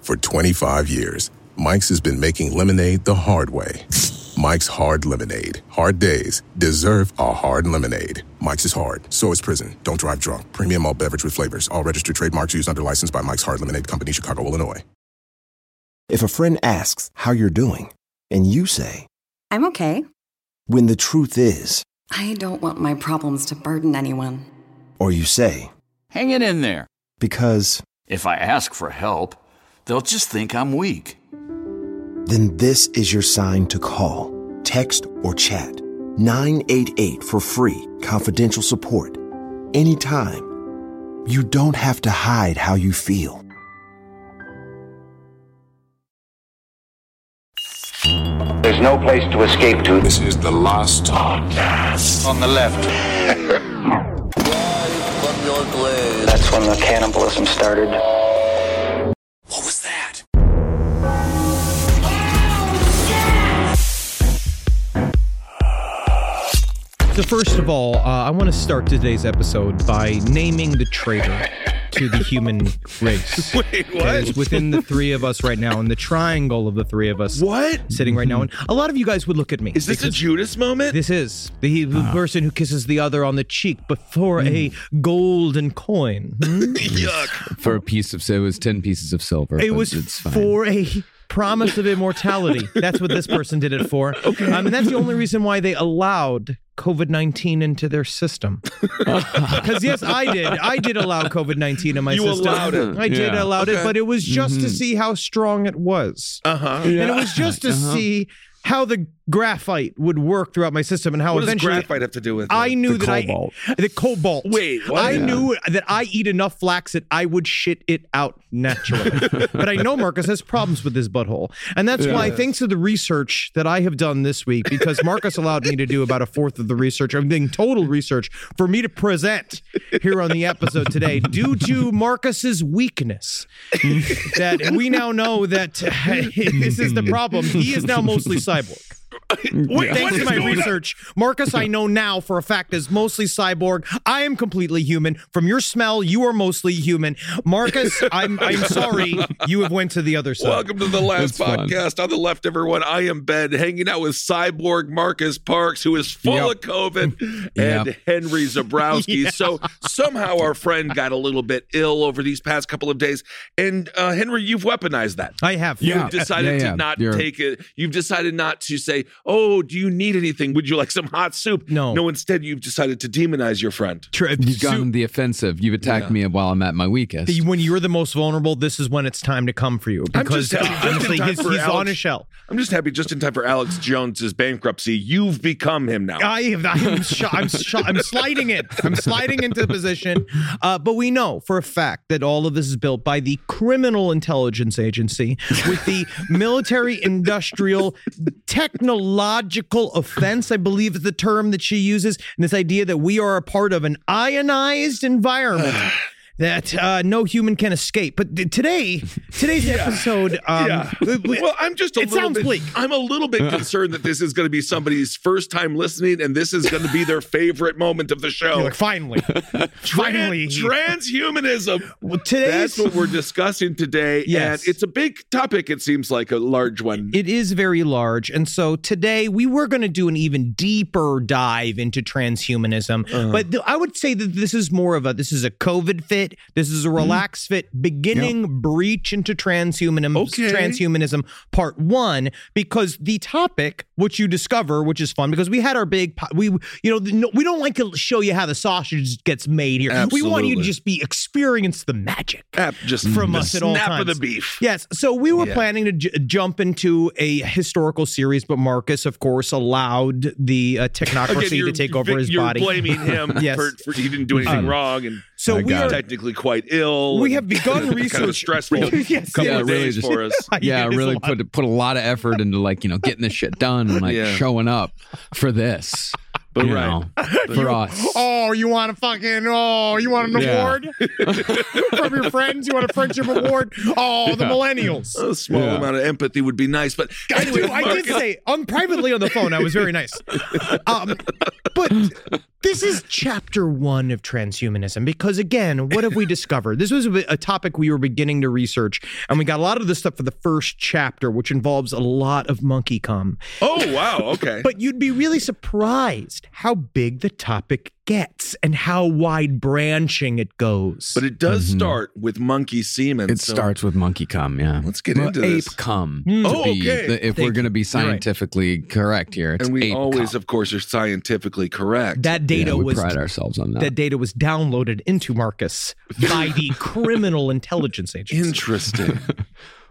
For 25 years, Mike's has been making lemonade the hard way. Mike's Hard Lemonade. Hard days deserve a hard lemonade. Mike's is hard, so is prison. Don't drive drunk. Premium all beverage with flavors. All registered trademarks used under license by Mike's Hard Lemonade Company, Chicago, Illinois. If a friend asks how you're doing, and you say, I'm okay. when the truth is, I don't want my problems to burden anyone. or you say, Hang it in there. because, If I ask for help, they'll just think I'm weak. then this is your sign to call, text, or chat. 988 for free, confidential support. Anytime. You don't have to hide how you feel. There's no place to escape to. This is the last podcast on the left. That's when the cannibalism started. What was that? So first of all, uh, I want to start today's episode by naming the traitor to the human race. Wait, what? That is within the three of us right now, in the triangle of the three of us. What? Sitting right now, and a lot of you guys would look at me. Is this a because Judas moment? Ah. This is the, the person who kisses the other on the cheek before Hmm. a golden coin. Yuck. for a piece of so it was 10 pieces of silver It but was it's fine. for a promise of immortality. that's what this person did it for. Okay. Um, and that's the only reason why they allowed COVID 19 into their system. Because, yes, I did. I did allow COVID 19 in my You system. allowed it. I did Yeah. allow it, Okay. Mm-hmm. but it was just to see how strong it was. Uh huh. And it was just to Uh-huh. see how the graphite would work throughout my system and how What does eventually. graphite have to do with it? I knew that cobalt. I the cobalt. Wait, what? I Yeah. knew that I eat enough flax that I would shit it out naturally. but I know Marcus has problems with his butthole, and that's why, thanks to the research that I have done this week, because Marcus allowed me to do about a fourth of the research, I'm doing total research for me to present here on the episode today, due to Marcus's weakness that we now know that this is Mm-hmm. the problem. He is now mostly cyborg. Wait, what Thanks is to my going on? research, Marcus, I know now for a fact is mostly cyborg. I am completely human. From your smell, you are mostly human. Marcus, I'm I'm sorry you have went to the other side. Welcome to the last That's uh, fun. podcast on the left, everyone. I am Ben, hanging out with Cyborg Marcus Parks, who is full Yep. of COVID, and Yep. Henry Zabrowski. So somehow our friend got a little bit ill over these past couple of days, and uh, Henry, you've weaponized that. I have. You've decided Yeah, yeah, to not you're- take it. You've decided not to say, "Oh, do you need anything? Would you like some hot soup?" No. No. Instead, you've decided to demonize your friend. Tri- you've Sue, gotten the offensive you've attacked me while i'm at my weakest the- when you're the most vulnerable, this is when it's time to come for you. I'm Because just happy just in honestly, time he's, for he's Alex. on a shell. I'm just happy just in time for Alex Jones's bankruptcy. You've become him now. I have, I'm, sho- I'm, sho- I'm sliding it. I'm sliding into the position. Uh, but we know for a fact that all of this is built by the criminal intelligence agency with the military industrial technological offense, I believe is the term that she uses. And this idea that we are a part of an ionized environment. That uh, no human can escape. But th- today, today's episode, um, yeah. w- w- Well, I'm just a it little sounds bit, bleak. I'm a little bit concerned that this is going to be somebody's first time listening, and this is going to be their favorite moment of the show. You're like, finally, Tran- finally, transhumanism. Well, today's- That's what we're discussing today, Yes. and it's a big topic. It seems like a large one. It is very large. And so today we were going to do an even deeper dive into transhumanism. Uh-huh. But th- I would say that this is more of a this is a COVID fit. This is a Mm-hmm. relax fit beginning breach into transhumanism Okay. transhumanism part 1 because the topic which you discover which is fun because we had our big po- we you know the- no, we don't like to show you how the sausage gets made here. We want you to Absolutely. just be experience the magic App just from the us at all snap times. of the beef. Yes. So we were Yeah. planning to j- jump into a historical series, but Marcus, of course, allowed the uh, technocracy you're to take over vic- his you're body. blaming him Yes. for, for he didn't do anything wrong, and so I we got are, it. technically quite ill. we and have begun it's research. Kind of a stressful Yes, couple yeah, of really days just- for us. yeah It is a really lot. put put a lot of effort into like you know getting this shit done and like Yeah. showing up for this but you right. know, for us Oh, you want a fucking oh, you want an Yeah. award from your friends? You want a friendship award? Oh, the millennials. A small Yeah. amount of empathy would be nice, but I, do, anyway, I did Marcus- say um, privately on the phone. I was very nice, um, but This is chapter one of transhumanism because, again, what have we discovered? This was a, bit- a topic we were beginning to research, and we got a lot of this stuff for the first chapter, which involves a lot of monkey cum. Oh wow. Okay. But you'd be really surprised how big the topic gets and how wide branching it goes. But it does Mm-hmm. start with monkey semen. It so starts with monkey cum, yeah. Let's get Well, into ape this. cum. Mm. to Oh, be- okay. the- if we're going to be right. scientifically correct here, it's And we ape always, cum. of course, are scientifically correct. that Yeah, data we was pride ourselves on that. that data was downloaded into Marcus by the criminal intelligence agency. Interesting.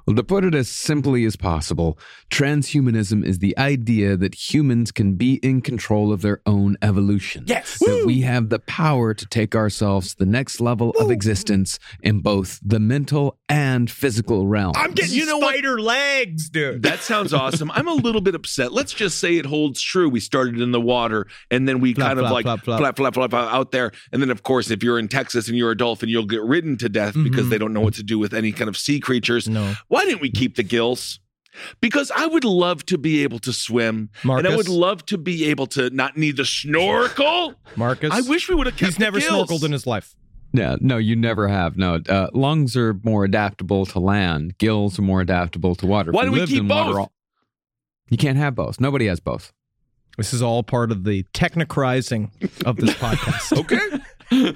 Well, to put it as simply as possible, transhumanism is the idea that humans can be in control of their own evolution. Yes. That we have the power to take ourselves to the next level of existence in both the mental and physical realm. getting you know spider legs, dude. that sounds awesome. I'm a little bit upset. Let's just say it holds true. We started in the water and then we Flap, kind of flap, like flap, flap flap. flap. flap out there. And then, of course, if you're in Texas and you're a dolphin, you'll get ridden to death because they don't know what to do with any kind of sea creatures. Mm-hmm. No. Why didn't we keep the gills? Because I would love to be able to swim, and I Marcus? would love to be able to not need the snorkel. Marcus, I wish we would have kept. he's never the gills. snorkeled in his life. Yeah, no, you never have. No, uh, lungs are more adaptable to land. Gills are more adaptable to water. If Why you do we lived keep in water both? all- you can't have both. Nobody has both. This is all part of the technicrizing of this podcast. Okay.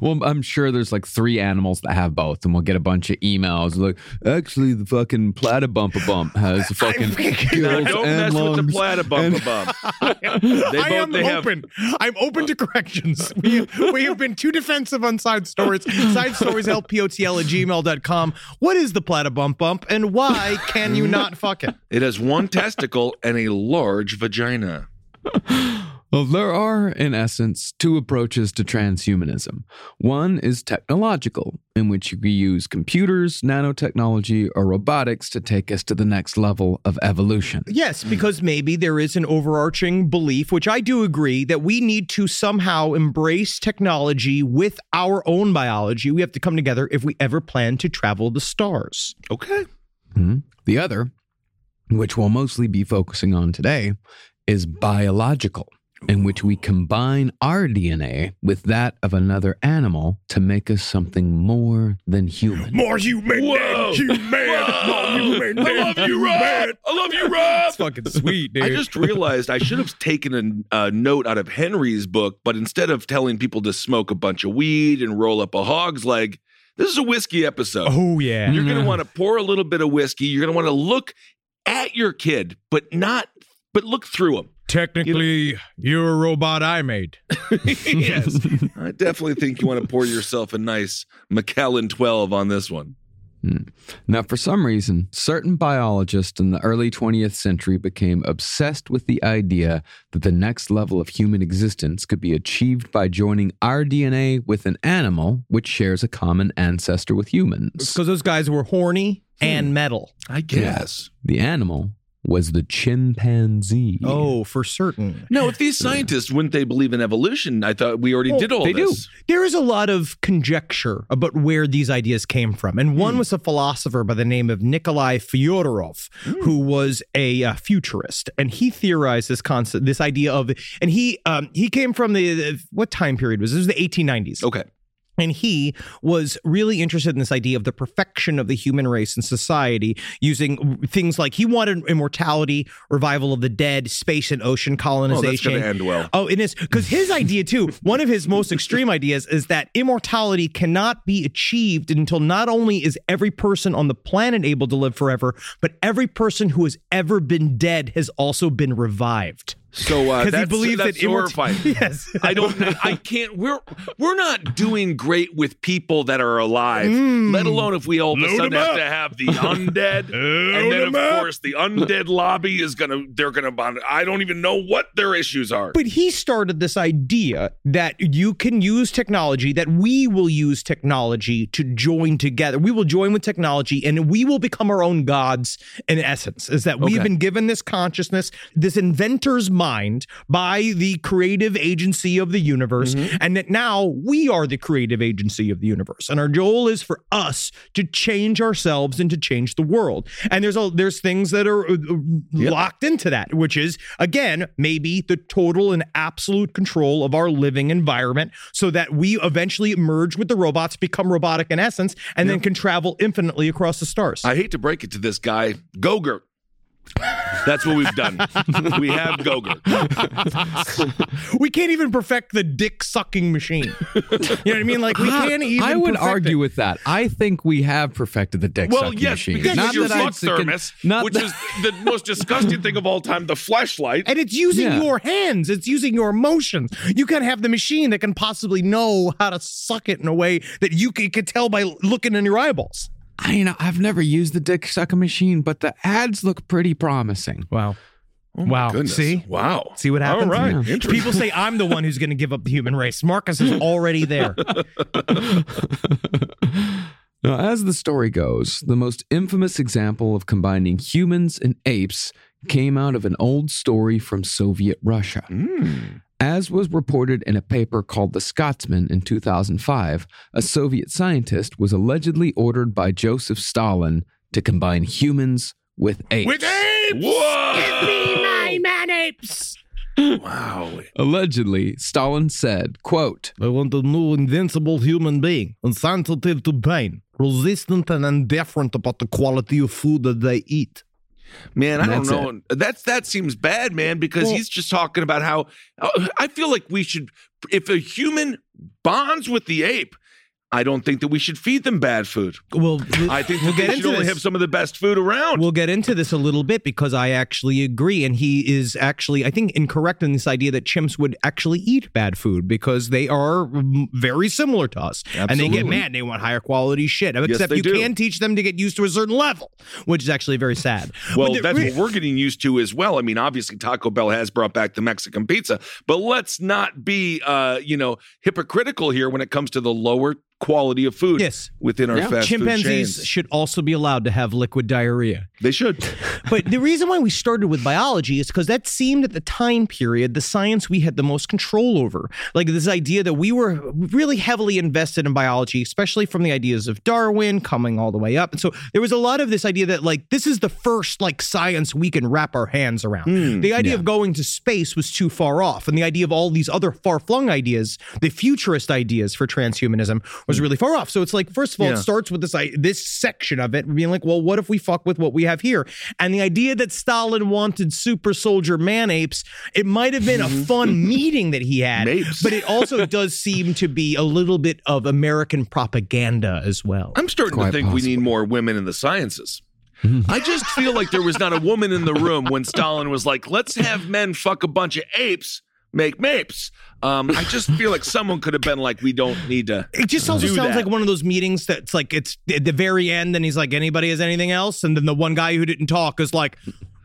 well, I'm sure there's like three animals that have both, and we'll get a bunch of emails like, actually, the fucking platybumpabump bump has the fucking Now, gills don't and mess with the lungs. platybumpabum. They both- they have- I'm open to corrections. We have, we have been too defensive on side stories. Side stories lpotl at gmail.com. What is the platybumpump bump and why can you not fuck it? It has one testicle and a large vagina. Well, there are, in essence, two approaches to transhumanism. One is technological, in which we use computers, nanotechnology, or robotics to take us to the next level of evolution. Yes, because maybe there is an overarching belief, which I do agree, that we need to somehow embrace technology with our own biology. We have to come together if we ever plan to travel the stars. Okay. The other, which we'll mostly be focusing on today, is biological, in which we combine our DNA with that of another animal to make us something more than human. More human Whoa. than human. I love you, Rob. I love you, Rob. fucking sweet, I just realized I should have taken a, a note out of Henry's book, but instead of telling people to smoke a bunch of weed and roll up a hog's leg, this is a whiskey episode. oh, yeah. You're Mm-hmm. going to want to pour a little bit of whiskey. You're going to want to look at your kid, but not, but look through him. Technically, you're a robot I made. yes. I definitely think you want to pour yourself a nice McKellen 12 on this one. Now, for some reason, certain biologists in the early 20th century became obsessed with the idea that the next level of human existence could be achieved by joining our DNA with an animal which shares a common ancestor with humans. Because those guys were horny and metal. I guess. The animal was the chimpanzee. Oh, for certain. No, if these scientists wouldn't they believe in evolution? I thought we already did all they do. this. There is a lot of conjecture about where these ideas came from. And Hmm. one was a philosopher by the name of Nikolai Fyodorov, Hmm. who was a uh, futurist. And he theorized this concept, this idea of, and he um, he came from the, the- what time period was this? It was the 1890s. Okay. And he was really interested in this idea of the perfection of the human race and society using things like he wanted immortality, revival of the dead, space and ocean Oh, colonization. that's going to end well. Oh, it is because his idea too. One of his most extreme ideas is that immortality cannot be achieved until not only is every person on the planet able to live forever, but every person who has ever been dead has also been revived. So Because uh, he that's, believes that's that immort- horrifying. Yes. I don't. I can't. We're we're not doing great with people that are alive. Let alone if we all of a sudden have to have the undead, and then of course the undead lobby is gonna. They're gonna. bond- I don't even know what their issues are. But he started this idea that you can use technology, that we will use technology to join together. We will join with technology and we will become our own gods in essence. Is that we've Okay. been given this consciousness, this inventor's mind by the creative agency of the universe, and that now we are the creative agency of the universe. And our goal is for us to change ourselves and to change the world. And there's a, there's things that are uh, uh, locked into that, which is again maybe the total and absolute control of our living environment, so that we eventually merge with the robots, become robotic in essence, and then can travel infinitely across the stars. I hate to break it to this guy, Gogurt. That's what we've done. we have Gogurt. we can't even perfect the dick sucking machine. you know what I mean? Like we can't even. I would perfect argue it. with that. I think we have perfected the dick Well, sucking yes, machine. because Not it's your that I fuck think- thermos, not which that- is the most disgusting thing of all time, the flashlight. And it's using Yeah. your hands. It's using your emotions. You can't have the machine that can possibly know how to suck it in a way that you c- could tell by looking in your eyeballs. I you know I've never used the dick sucking machine, but the ads look pretty promising. Wow. Oh wow. Goodness. Wow. See what happens? All right. People say I'm the one who's going to give up the human race. Marcus is already there. Now, as the story goes, the most infamous example of combining humans and apes came out of an old story from Soviet Russia. Hmm. As was reported in a paper called The Scotsman in 2005, a Soviet scientist was allegedly ordered by Josepf Stalin to combine humans with apes. With apes! Whoa! man apes. Wow. Allegedly, Stalin said, quote, I want a new invincible human being, insensitive to pain, resistant and indifferent about the quality of food that they eat. Man, I That's don't know. That's that seems bad, man, because he's just talking about how oh, I feel like we should if a human bonds with the ape, I don't think that we should feed them bad food. Well, I think we'll get that they should into only this. have some of the best food around. We'll get into this a little bit because I actually agree, and he is actually, I think, incorrect in this idea that chimps would actually eat bad food because they are mm, very similar to us, and they get Absolutely. mad. They want higher quality shit. Except they you do. can teach them to get used to a certain level, which is actually very sad. well, But the- that's what we're getting used to as well. I mean, obviously Taco Bell has brought back the Mexican pizza, but let's not be uh, you know, hypocritical here when it comes to the lower quality of food Yes. within our fast food chimpanzees chains. should also be allowed to have liquid diarrhea. they should. but the reason why we started with biology is because that seemed at the time period the science we had the most control over. Like this idea that we were really heavily invested in biology, especially from the ideas of Darwin coming all the way up. And so there was a lot of this idea that like this is the first like science we can wrap our hands around. the idea of going to space was too far off, and the idea of all these other far flung ideas, the futurist ideas for transhumanism, was really far off. So it's like first of all, it starts with this I, this section of it being like, well, what if we fuck with what we have here? And the idea that Stalin wanted super soldier man apes, it might have been a fun meeting that he had, Mapes. but it also does seem to be a little bit of American propaganda as well. I'm starting to Quite think we need more women in the sciences. I just feel like there was not a woman in the room when Stalin was like, let's have men fuck a bunch of apes, make mapes. Um, I just feel like someone could have been like, we don't need to. It just also do sounds that. like one of those meetings that's like it's at the very end, and he's like, "Anybody has anything else?" And then the one guy who didn't talk is like,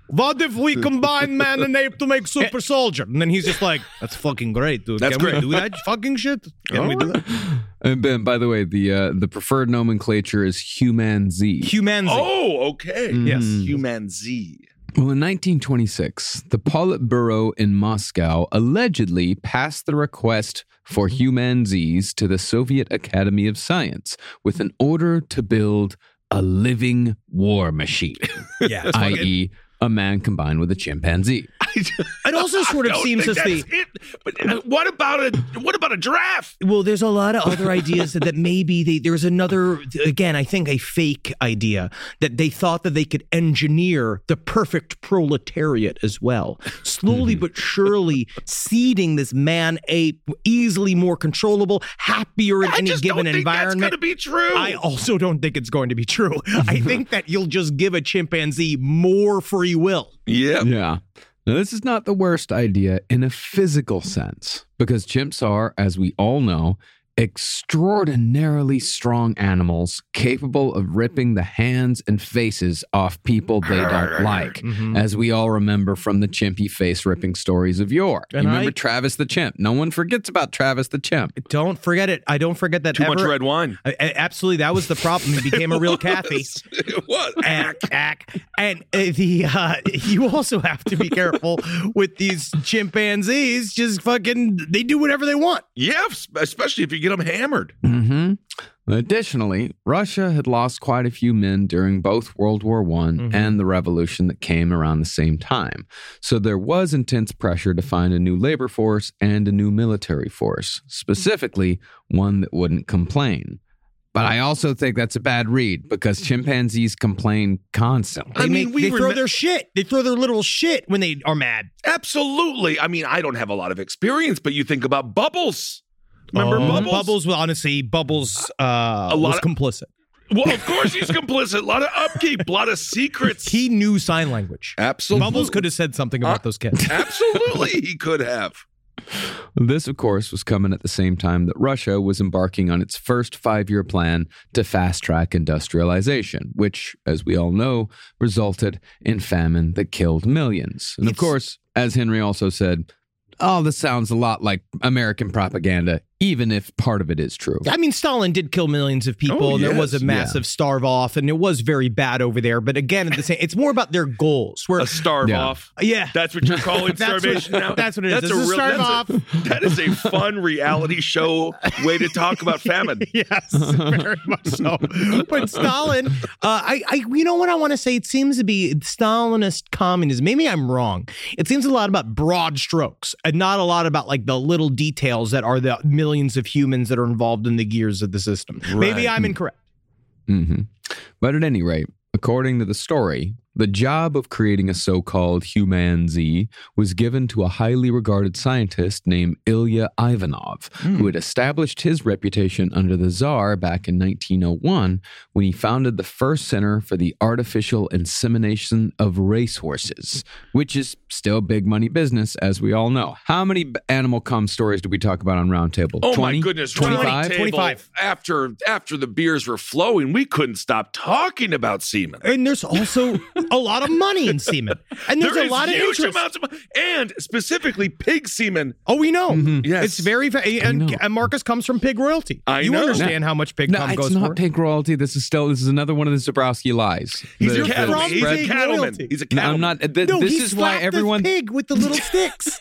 "What if we combine man and ape to make super soldier?" And then he's just like, "That's fucking great, dude. That's Can great. we Oh. do that fucking shit? Can we do that?" and Ben, by the way, the uh, the preferred nomenclature is human Z. Humanity. Oh, okay. Yes. Human Z. Well, in 1926, the Politburo in Moscow allegedly passed the request for humanzis to the Soviet Academy of Science with an order to build a living war machine, Yeah. i.e., a man combined with a chimpanzee. It also sort of Don't seems think as the that's it. But uh, what about a what about a giraffe? well, there's a lot of other ideas that, that maybe they, there's another, again, I think a fake idea that they thought that they could engineer the perfect proletariat as well. Slowly Mm-hmm. but surely seeding this man ape easily more controllable, happier in I any just given don't think environment. That's going to be true. I also don't think it's going to be true. I think that you'll just give a chimpanzee more free will. yeah. Yeah. Now, this is not the worst idea in a physical sense, because chimps are, as we all know, extraordinarily strong animals capable of ripping the hands and faces off people they don't like, Mm-hmm. as we all remember from the chimpy face ripping stories of yore. You And I- remember Travis the chimp. No one forgets about Travis the chimp. Don't forget it. I don't forget that Too ever. much red wine. I- I- absolutely, that was the problem. He became a real Kathy. It was. and, ack. and uh, the uh, you also have to be careful with these chimpanzees. Just fucking, they do whatever they want. Yeah, especially if you get them hammered. hmm Additionally, Russia had lost quite a few men during both World War One and the revolution that came around the same time. So there was intense pressure to find a new labor force and a new military force, specifically one that wouldn't complain. But I also think that's a bad read because chimpanzees complain constantly. They I mean, make, we they throw remem- their shit. They throw their literal shit when they are mad. Absolutely. I mean, I don't have a lot of experience, but you think about Bubbles. Remember Oh. Bubbles? Bubbles, well, honestly, Bubbles uh, A was lot of- complicit. Well, of course he's complicit. A lot of upkeep, a lot of secrets. He knew sign language. Absolutely. Bubbles could have said something about Uh, those kids. Absolutely, he could have. This, of course, was coming at the same time that Russia was embarking on its first five year plan to fast track industrialization, which, as we all know, resulted in famine that killed millions. And of course, as Henry also said, all this sounds a lot like American propaganda, even if part of it is true. I mean, Stalin did kill millions of people, Oh, and there was yes, a massive starve off, and it was very bad over there. But again, at the same, it's more about their goals. Where a starve Yeah. off. Yeah. that's what you're calling That's what- starvation now. that's what it is. That's It's a starve that's A, that is a fun reality show way to talk about famine. yes, very much so. But Stalin, uh, I, I, you know what I want to say? It seems to be Stalinist communism. Maybe I'm wrong. It seems a lot about broad strokes and not a lot about like the little details that are the millions of humans that are involved in the gears of the system. Maybe I'm incorrect. hmm But at any rate, according to the story, the job of creating a so called Human Z was given to a highly regarded scientist named Ilya Ivanov, Hmm. who had established his reputation under the Tsar back in 1901 when he founded the first center for the artificial insemination of racehorses, which is still big money business, as we all know. How many b- animal cum stories do we talk about on Roundtable? Oh my 20? goodness! 25? roundtable. 25. After after the beers were flowing, we couldn't stop talking about semen. And there's also a lot of money in semen, and there's There a is lot of huge interest. amounts of, and specifically pig semen. Oh, we know. Mm-hmm. Yes. It's very, fa- and, know. and Marcus comes from pig royalty. I you know. understand how much pig No, cum it's goes not for. pig royalty. This is still this is another one of the Zabrowski lies. He's The- a the cattleman. from He's a pig cattleman. royalty. He's a No, cattleman. I'm not. th- No, he this is why slapped everyone. the pig with the little sticks.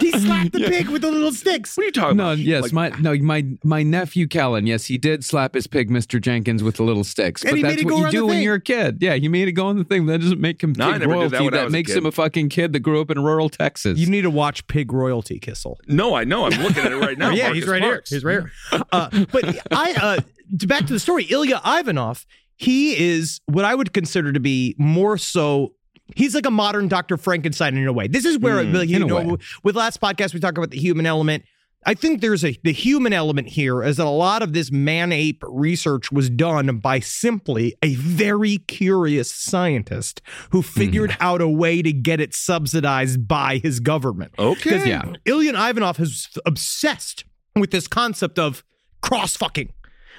he slapped the pig with the little sticks. What are you talking No, about? yes, Like, my no, my my nephew Kellen. Yes, he did slap his pig, Mr. Jenkins, with the little sticks. And but he made that's it go what you on the do when thing. you're a kid. Yeah, you made it go on the thing. That doesn't make him No, I pig never did that royalty. when I was a makes kid. him a fucking kid that grew up in rural Texas. You need to watch Pig Royalty Kissel. no, I know. I'm looking at it right now. yeah, Marcus he's right Parks. here. He's right here. Uh, but I uh, to- back to the story. Ilya Ivanov. He is what I would consider to be more so. He's like a modern Dr. Frankenstein in a way. This is where Hmm, you in a know way. with last podcast we talked about the human element. I think there's a the human element here is that a lot of this man ape research was done by simply a very curious scientist Hmm. who figured out a way to get it subsidized by his government. Okay. Yeah. Ilyan Ivanov is obsessed with this concept of cross fucking,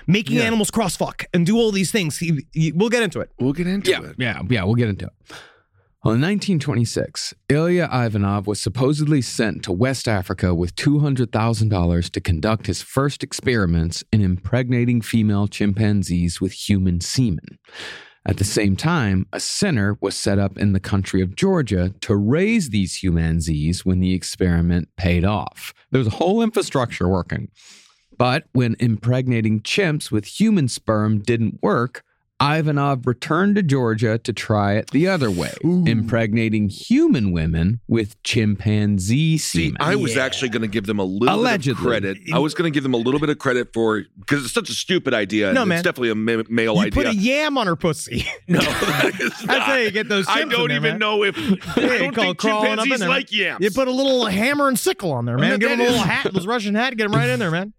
making animals cross fuck and do all these things. He, he- we'll get into it. We'll get into it. Yeah, yeah, we'll get into it. Well, in 1926, Ilya Ivanov was supposedly sent to West Africa with $200,000 to conduct his first experiments in impregnating female chimpanzees with human semen. At the same time, a center was set up in the country of Georgia to raise these humanzees when the experiment paid off. There was a whole infrastructure working. But when impregnating chimps with human sperm didn't work, Ivanov returned to Georgia to try it the other way, impregnating human women with chimpanzee See, semen. I was actually going to give them a little Allegedly. bit of credit. I was going to give them a little bit of credit for because it's such a stupid idea. No, and man. it's definitely a ma- male you idea. put a yam on her pussy. no, that is not. That's how you get those. I chimps in don't there, even man. know if I Yeah, don't call- think crawling up in chimpanzees there. like yams. You put a little hammer and sickle on there, man. No, Give that him a little is- hat, this Russian hat, get him right in there, man.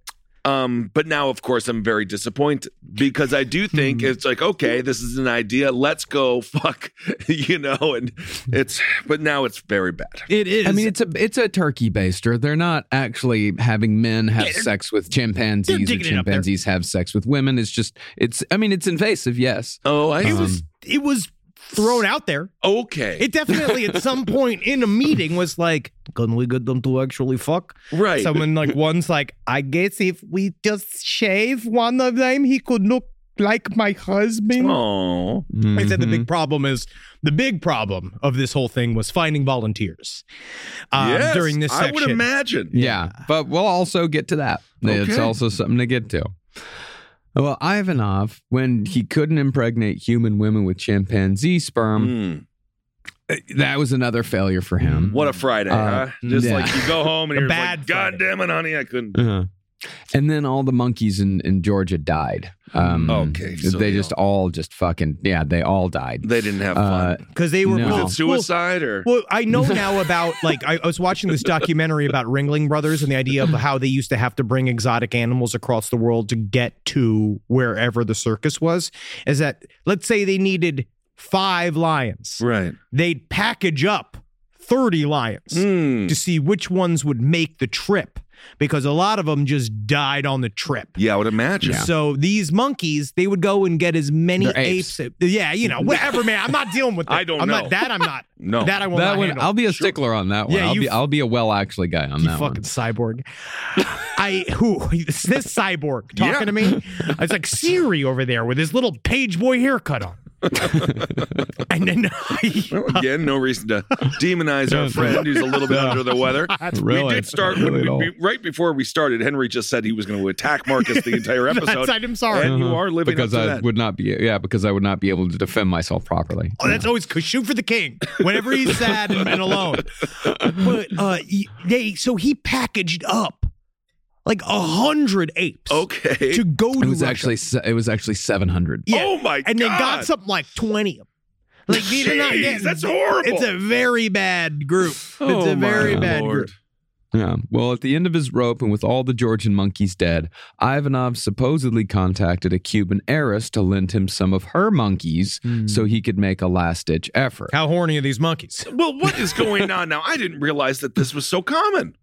Um, but now, of course, I'm very disappointed because I Hmm. do think it's like, okay, this is an idea. Let's go fuck, you know, and it's, but now it's very bad. It is. I mean, it's a it's a turkey baster. They're not actually having men have sex with chimpanzees or digging it up there. chimpanzees have sex with women. It's just it's. I mean, it's invasive. Yes. Oh, I it was it was thrown out there. okay. Um, It definitely at some point in a meeting was like, can we get them to actually fuck? right. Someone like one's like, I guess if we just shave one of them, he could look like my husband. Oh, I said the big problem is the big problem of this whole thing was finding volunteers um, yes, during this I section. would imagine. Mm-hmm. Yeah, but we'll also get to that. It's Okay. also something to get to. Well, Ivanov, when he couldn't impregnate human women with chimpanzee um, sperm, Hmm. that was another failure for him. What a Friday, Uh, huh? Just yeah. like you go home and A you're bad like, God Friday. damn it, honey, I couldn't. Uh-huh. And then all the monkeys in, in Georgia died. Um, Okay, so they they just all just fucking yeah, they all died. They didn't have Uh, fun. because they were No. well, Was it well, Suicide or Well, I know now about like I, I was watching this documentary about Ringling Brothers and the idea of how they used to have to bring exotic animals across the world to get to wherever the circus was. Is that let's say they needed five lions, right? they'd package up thirty lions Hmm. to see which ones would make the trip because a lot of them just died on the trip. Yeah, I would imagine. So these monkeys, they would go and get as many They're apes. apes. Yeah, you know, whatever, man. I'm not dealing with. That. I don't I'm know. Not, that I'm not. No. that I will that not one, handle. I'll be a stickler on that one. Yeah, I'll you be f- I'll be a well actually guy on You that fucking cyborg. I who this, this cyborg talking Yeah. to me? It's like Siri over there with his little page boy haircut on. and then I, Again, no reason to demonize our friend who's a little bit under the weather. we really- did start really when at all. we, we- right before we started. Henry just said he was going to attack Marcus the entire episode. that's, I'm sorry. Uh-huh. And one. you are living because up to I that. would not be yeah because I would not be able to defend myself properly. Oh, that's always shoot for the king whenever he's sad and, and alone. But uh, y- they so he packaged up like a hundred apes okay. to go It to was Russia. actually se- it was actually seven hundred. Yeah. Oh my and they got God. something like twenty of them. Like these are not Jeez, getting- that's horrible. It's a very bad group. Oh, it's a very bad group. Yeah. Well, at the end of his rope and with all the Georgian monkeys dead, Ivanov supposedly contacted a Cuban heiress to lend him some of her monkeys so he could make a last ditch effort. How horny are these monkeys? Well, what is going on now? I didn't realize that this was so common.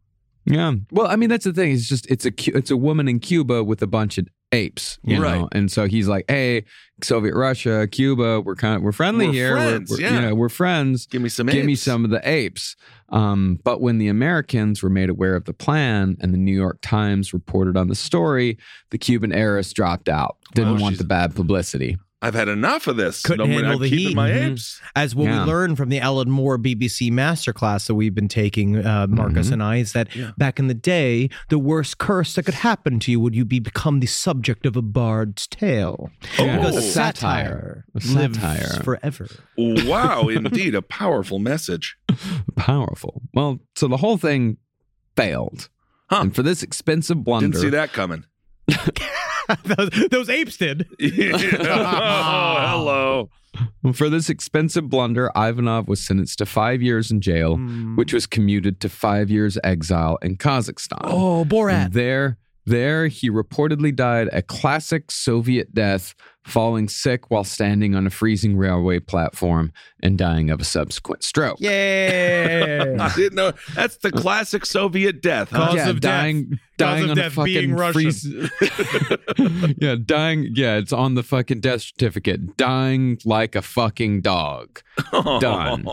Yeah. Well, I mean, that's the thing. It's just it's a Cu- it's a woman in Cuba with a bunch of apes, you Right. know. And so he's like, "Hey, Soviet Russia, Cuba, we're kind of we're friendly We're here. We're- friends, we're, yeah. You know, we're friends. Give me some. Give me apes. some of the apes. Um, but when the Americans were made aware of the plan and the New York Times reported on the story, the Cuban heiress dropped out. Didn't Wow, want she's- the bad publicity. I've had enough of this. Couldn't no, handle I'm the keeping heat. my Mhm. apes. As what Yeah. we learned from the Ellen Moore BBC masterclass that we've been taking, uh, Marcus and I, is that back in the day, the worst curse that could happen to you would you be become the subject of a bard's tale. Yeah. Oh. Mm-hmm. Because satire, A lives satire. forever. Wow, indeed, a powerful message. Powerful. Well, so the whole thing failed. Huh. And for this expensive blunder, Didn't see that coming. those, those apes did. Yeah. Oh, hello. For this expensive blunder, Ivanov was sentenced to five years in jail, Hmm. which was commuted to five years exile in Kazakhstan. Oh, And Borat. there, there, he reportedly died a classic Soviet death, falling sick while standing on a freezing railway platform and dying of a subsequent stroke. Yeah. I didn't know. That's the classic Soviet death. Huh? Cause Uh, yeah, of death. dying, Cause dying of on death a fucking being Russian. freeze- yeah, dying. Yeah, it's on the fucking death certificate. Dying like a fucking dog. Done.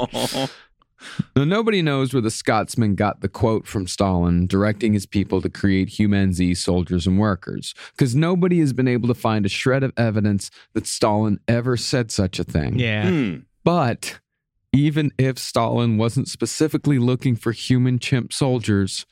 Now, nobody knows where the Scotsman got the quote from Stalin directing his people to create humanzee soldiers and workers, because nobody has been able to find a shred of evidence that Stalin ever said such a thing. yeah. Hmm. But even if Stalin wasn't specifically looking for human chimp soldiers,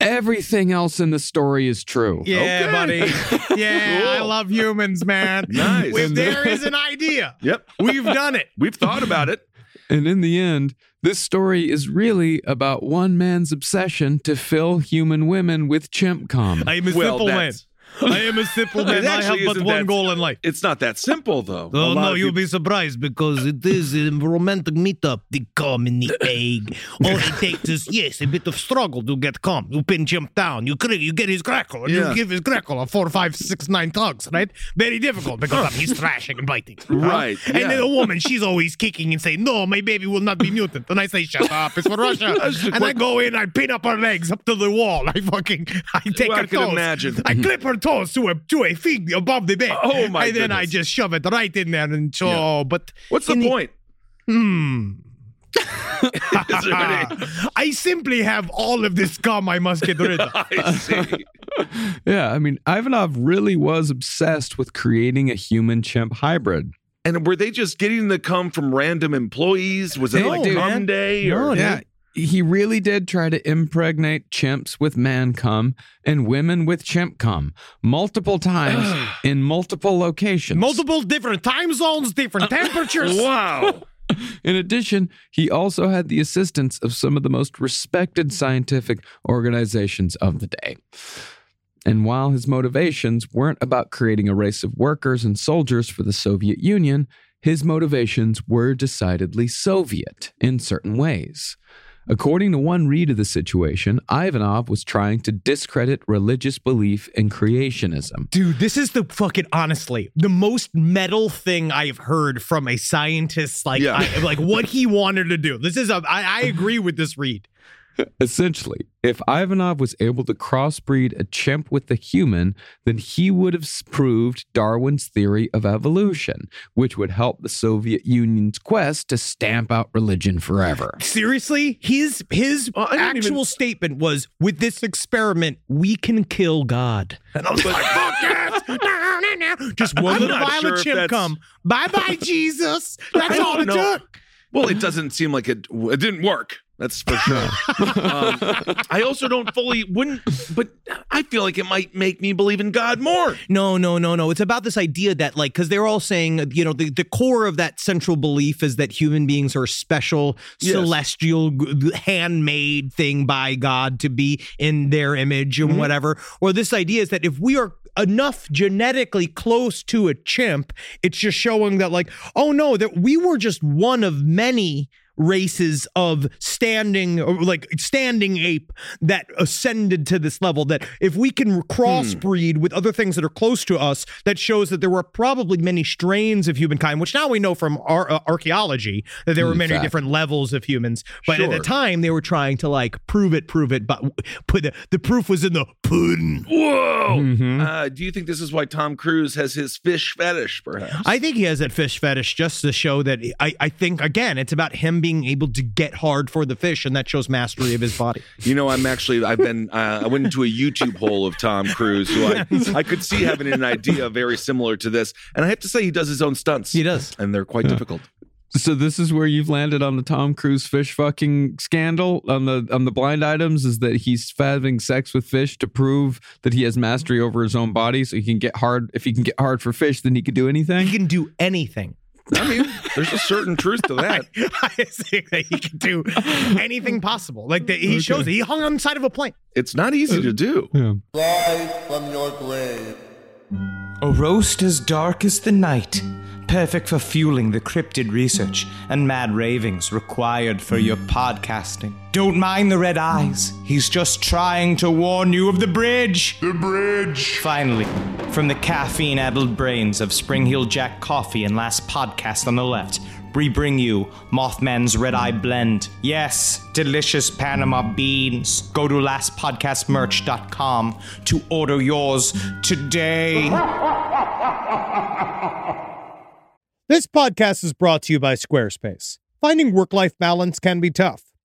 everything else in the story is true. Yeah, buddy. Yeah, I Cool. love humans, man. Nice. If there is an idea, Yep. we've done it. We've thought about it. And in the end, this story is really about one man's obsession to fill human women with chimp cum. I'm a well, simple man. that's, I am a simple man. I have actually but isn't one that- goal in life. It's not that simple, though. A Oh lot no, of you'll people- be surprised because it is a romantic meetup. The calm and the egg. All it takes is yes, a bit of struggle to get calm. You pin him down. You cr- you get his crackle. and You Yeah. give his crackle a four, five, six, nine tugs. Right? Very difficult because he's thrashing and biting. huh? Right, And then yeah. a woman, she's always kicking and saying, "No, my baby will not be mutant." And I say, "Shut up, it's for Russia." and I go in, I pin up her legs up to the wall. I fucking, I take Well, I her can toes. imagine. I clip her toes to a to a thing above the bed. Oh, my And then I goodness. just shove it right in there and so but What's the in point? Hmm. Is there any- Ah, I simply have all of this gum I must get rid of. I see. Yeah, I mean, Ivanov really was obsessed with creating a human chimp hybrid. And were they just getting the cum from random employees? Was it No, like dude. cum day? Or? yeah. He really did try to impregnate chimps with man cum and women with chimp cum multiple times in multiple locations. Multiple different time zones, different temperatures. Wow. In addition, he also had the assistance of some of the most respected scientific organizations of the day. And while his motivations weren't about creating a race of workers and soldiers for the Soviet Union, his motivations were decidedly Soviet in certain ways. According to one read of the situation, Ivanov was trying to discredit religious belief in creationism. Dude, this is the fucking honestly the most metal thing I've heard from a scientist. Like, Yeah. I, like what he wanted to do. This is a. I, I agree with this read. Essentially, if Ivanov was able to crossbreed a chimp with a human, then he would have proved Darwin's theory of evolution, which would help the Soviet Union's quest to stamp out religion forever. Seriously, his his Well, I didn't actual even- statement was, "With this experiment, we can kill God." And I was like, "Fuck yes!" No, no, no. Just one I'm little not sure violent if chimp that's- come. Bye, bye, Jesus. I That's don't all it know. took. Well, it doesn't seem like it. It didn't work. That's for sure. um, I also don't fully wouldn't, but I feel like it might make me believe in God more. No, no, no, no. It's about this idea that, like, because they're all saying, you know, the, the core of that central belief is that human beings are a special, Yes. celestial, g- handmade thing by God to be in their image and whatever. Or this idea is that if we are enough genetically close to a chimp, it's just showing that, like, oh no, that we were just one of many races of standing or like standing ape that ascended to this level that if we can crossbreed with other things that are close to us that shows that there were probably many strains of humankind which now we know from our uh, archaeology that there were many fact. different levels of humans but at the Sure. time they were trying to like prove it prove it but put the, the proof was in the pudding Whoa! Mm-hmm. Uh, do you think this is why Tom Cruise has his fish fetish? Perhaps. I think he has that fish fetish just to show that I, I think again it's about him being able to get hard for the fish and that shows mastery of his body. You know, I'm actually I've been uh, I went into a YouTube hole of Tom Cruise, who I I could see having an idea very similar to this, and I have to say he does his own stunts. He does. and they're quite difficult. So this is where you've landed on the Tom Cruise fish fucking scandal on the on the blind items is that he's having sex with fish to prove that he has mastery over his own body so he can get hard if he can get hard for fish then he can do anything. He can do anything. I mean, there's a certain truth to that. I think that he can do anything possible. Like that he shows it. He hung on the side of a plane. It's not easy to do. A roast as dark as the night, perfect for fueling the cryptid research and mad ravings required for your podcasting. Don't mind the red eyes. He's just trying to warn you of the bridge. The bridge. Finally, from the caffeine addled brains of Spring Heel Jack Coffee and last podcast on the left, we bring you Mothman's Red Eye Blend. Yes, delicious Panama beans. Go to lastpodcastmerch.com to order yours today. This podcast is brought to you by Squarespace. Finding work life balance can be tough,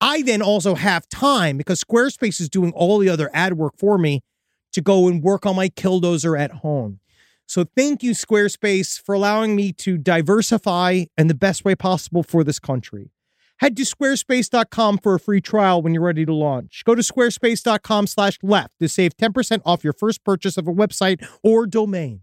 I then also have time because Squarespace is doing all the other ad work for me to go and work on my killdozer at home. So thank you, Squarespace, for allowing me to diversify in the best way possible for this country. Head to squarespace.com for a free trial when you're ready to launch. Go to squarespace.com slash left to save 10% off your first purchase of a website or domain.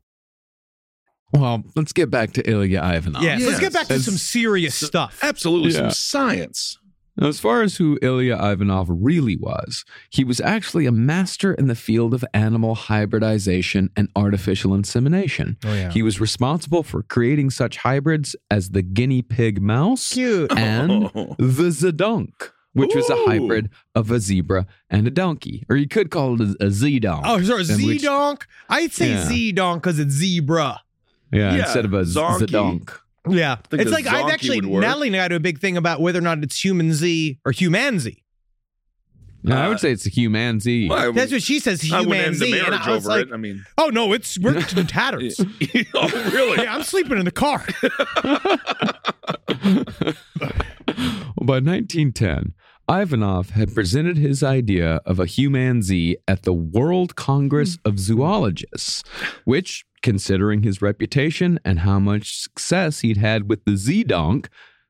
Well, let's get back to Ilya Ivanov. Yeah, let's get back to As- some serious stuff. Absolutely, Yeah. some science. Now, as far as who Ilya Ivanov really was, he was actually a master in the field of animal hybridization and artificial insemination. Oh, yeah. He was responsible for creating such hybrids as the guinea pig mouse Cute. and Oh. the zedunk, which was a Ooh. hybrid of a zebra and a donkey, or you could call it a, a zedonk. Oh, sorry, in which- Z Donk. I'd say Yeah. Z Donk because it's zebra. Yeah, Yeah, instead of a z- zonkey. zedonk. Yeah, think it's the like I've Zonky actually would work. Natalie and I do a big thing about whether or not it's human Z or human Z. No, I Uh, would say it's a human Z. Well, I would- That's what she says. I wouldn't Human end the Z. And marriage I was over like, it. I mean, oh no, it's we're in tatters. oh really? yeah, I'm sleeping in the car. Well, by 1910, Ivanov had presented his idea of a human Z at the World Congress of Zoologists, which, considering his reputation and how much success he'd had with the Z donk,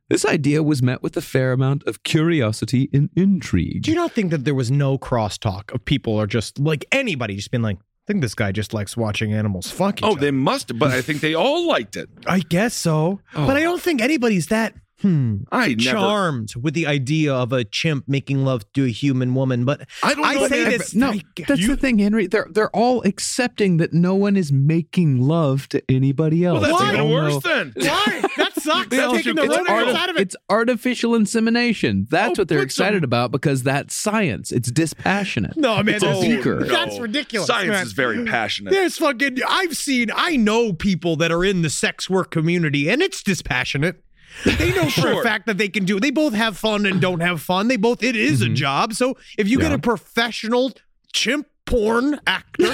this idea was met with a fair amount of curiosity and intrigue. do you not think that there was no crosstalk of people or just like anybody just being like, I think this guy just likes watching animals fuck each Oh, other." they must. But I think they all liked it. I guess so, but I don't think anybody's that hmm, I Oh. never. charmed with the idea of a chimp making love to a human woman. But I don't. know I say that- this. no, I- that's the thing, Henry. They're they're all accepting that no one is making love to anybody else. Well, that's They even all worse know- then. Why? That sucks. They all They're taking shook the it it's, Well, romance down. arti- out of it. it's artificial insemination. That's Oh, what they're put some- excited about because that's science. It's dispassionate. No, man, it's a that's- seeker. no. That's ridiculous, Science man. is very passionate. There's fucking. I've seen. I know people that are in the sex work community, and it's dispassionate. They know for a Sure. fact that they can do. They both have fun and don't have fun. They both. It is a job. So if you get Mm-hmm. Yeah. a professional chimp porn actor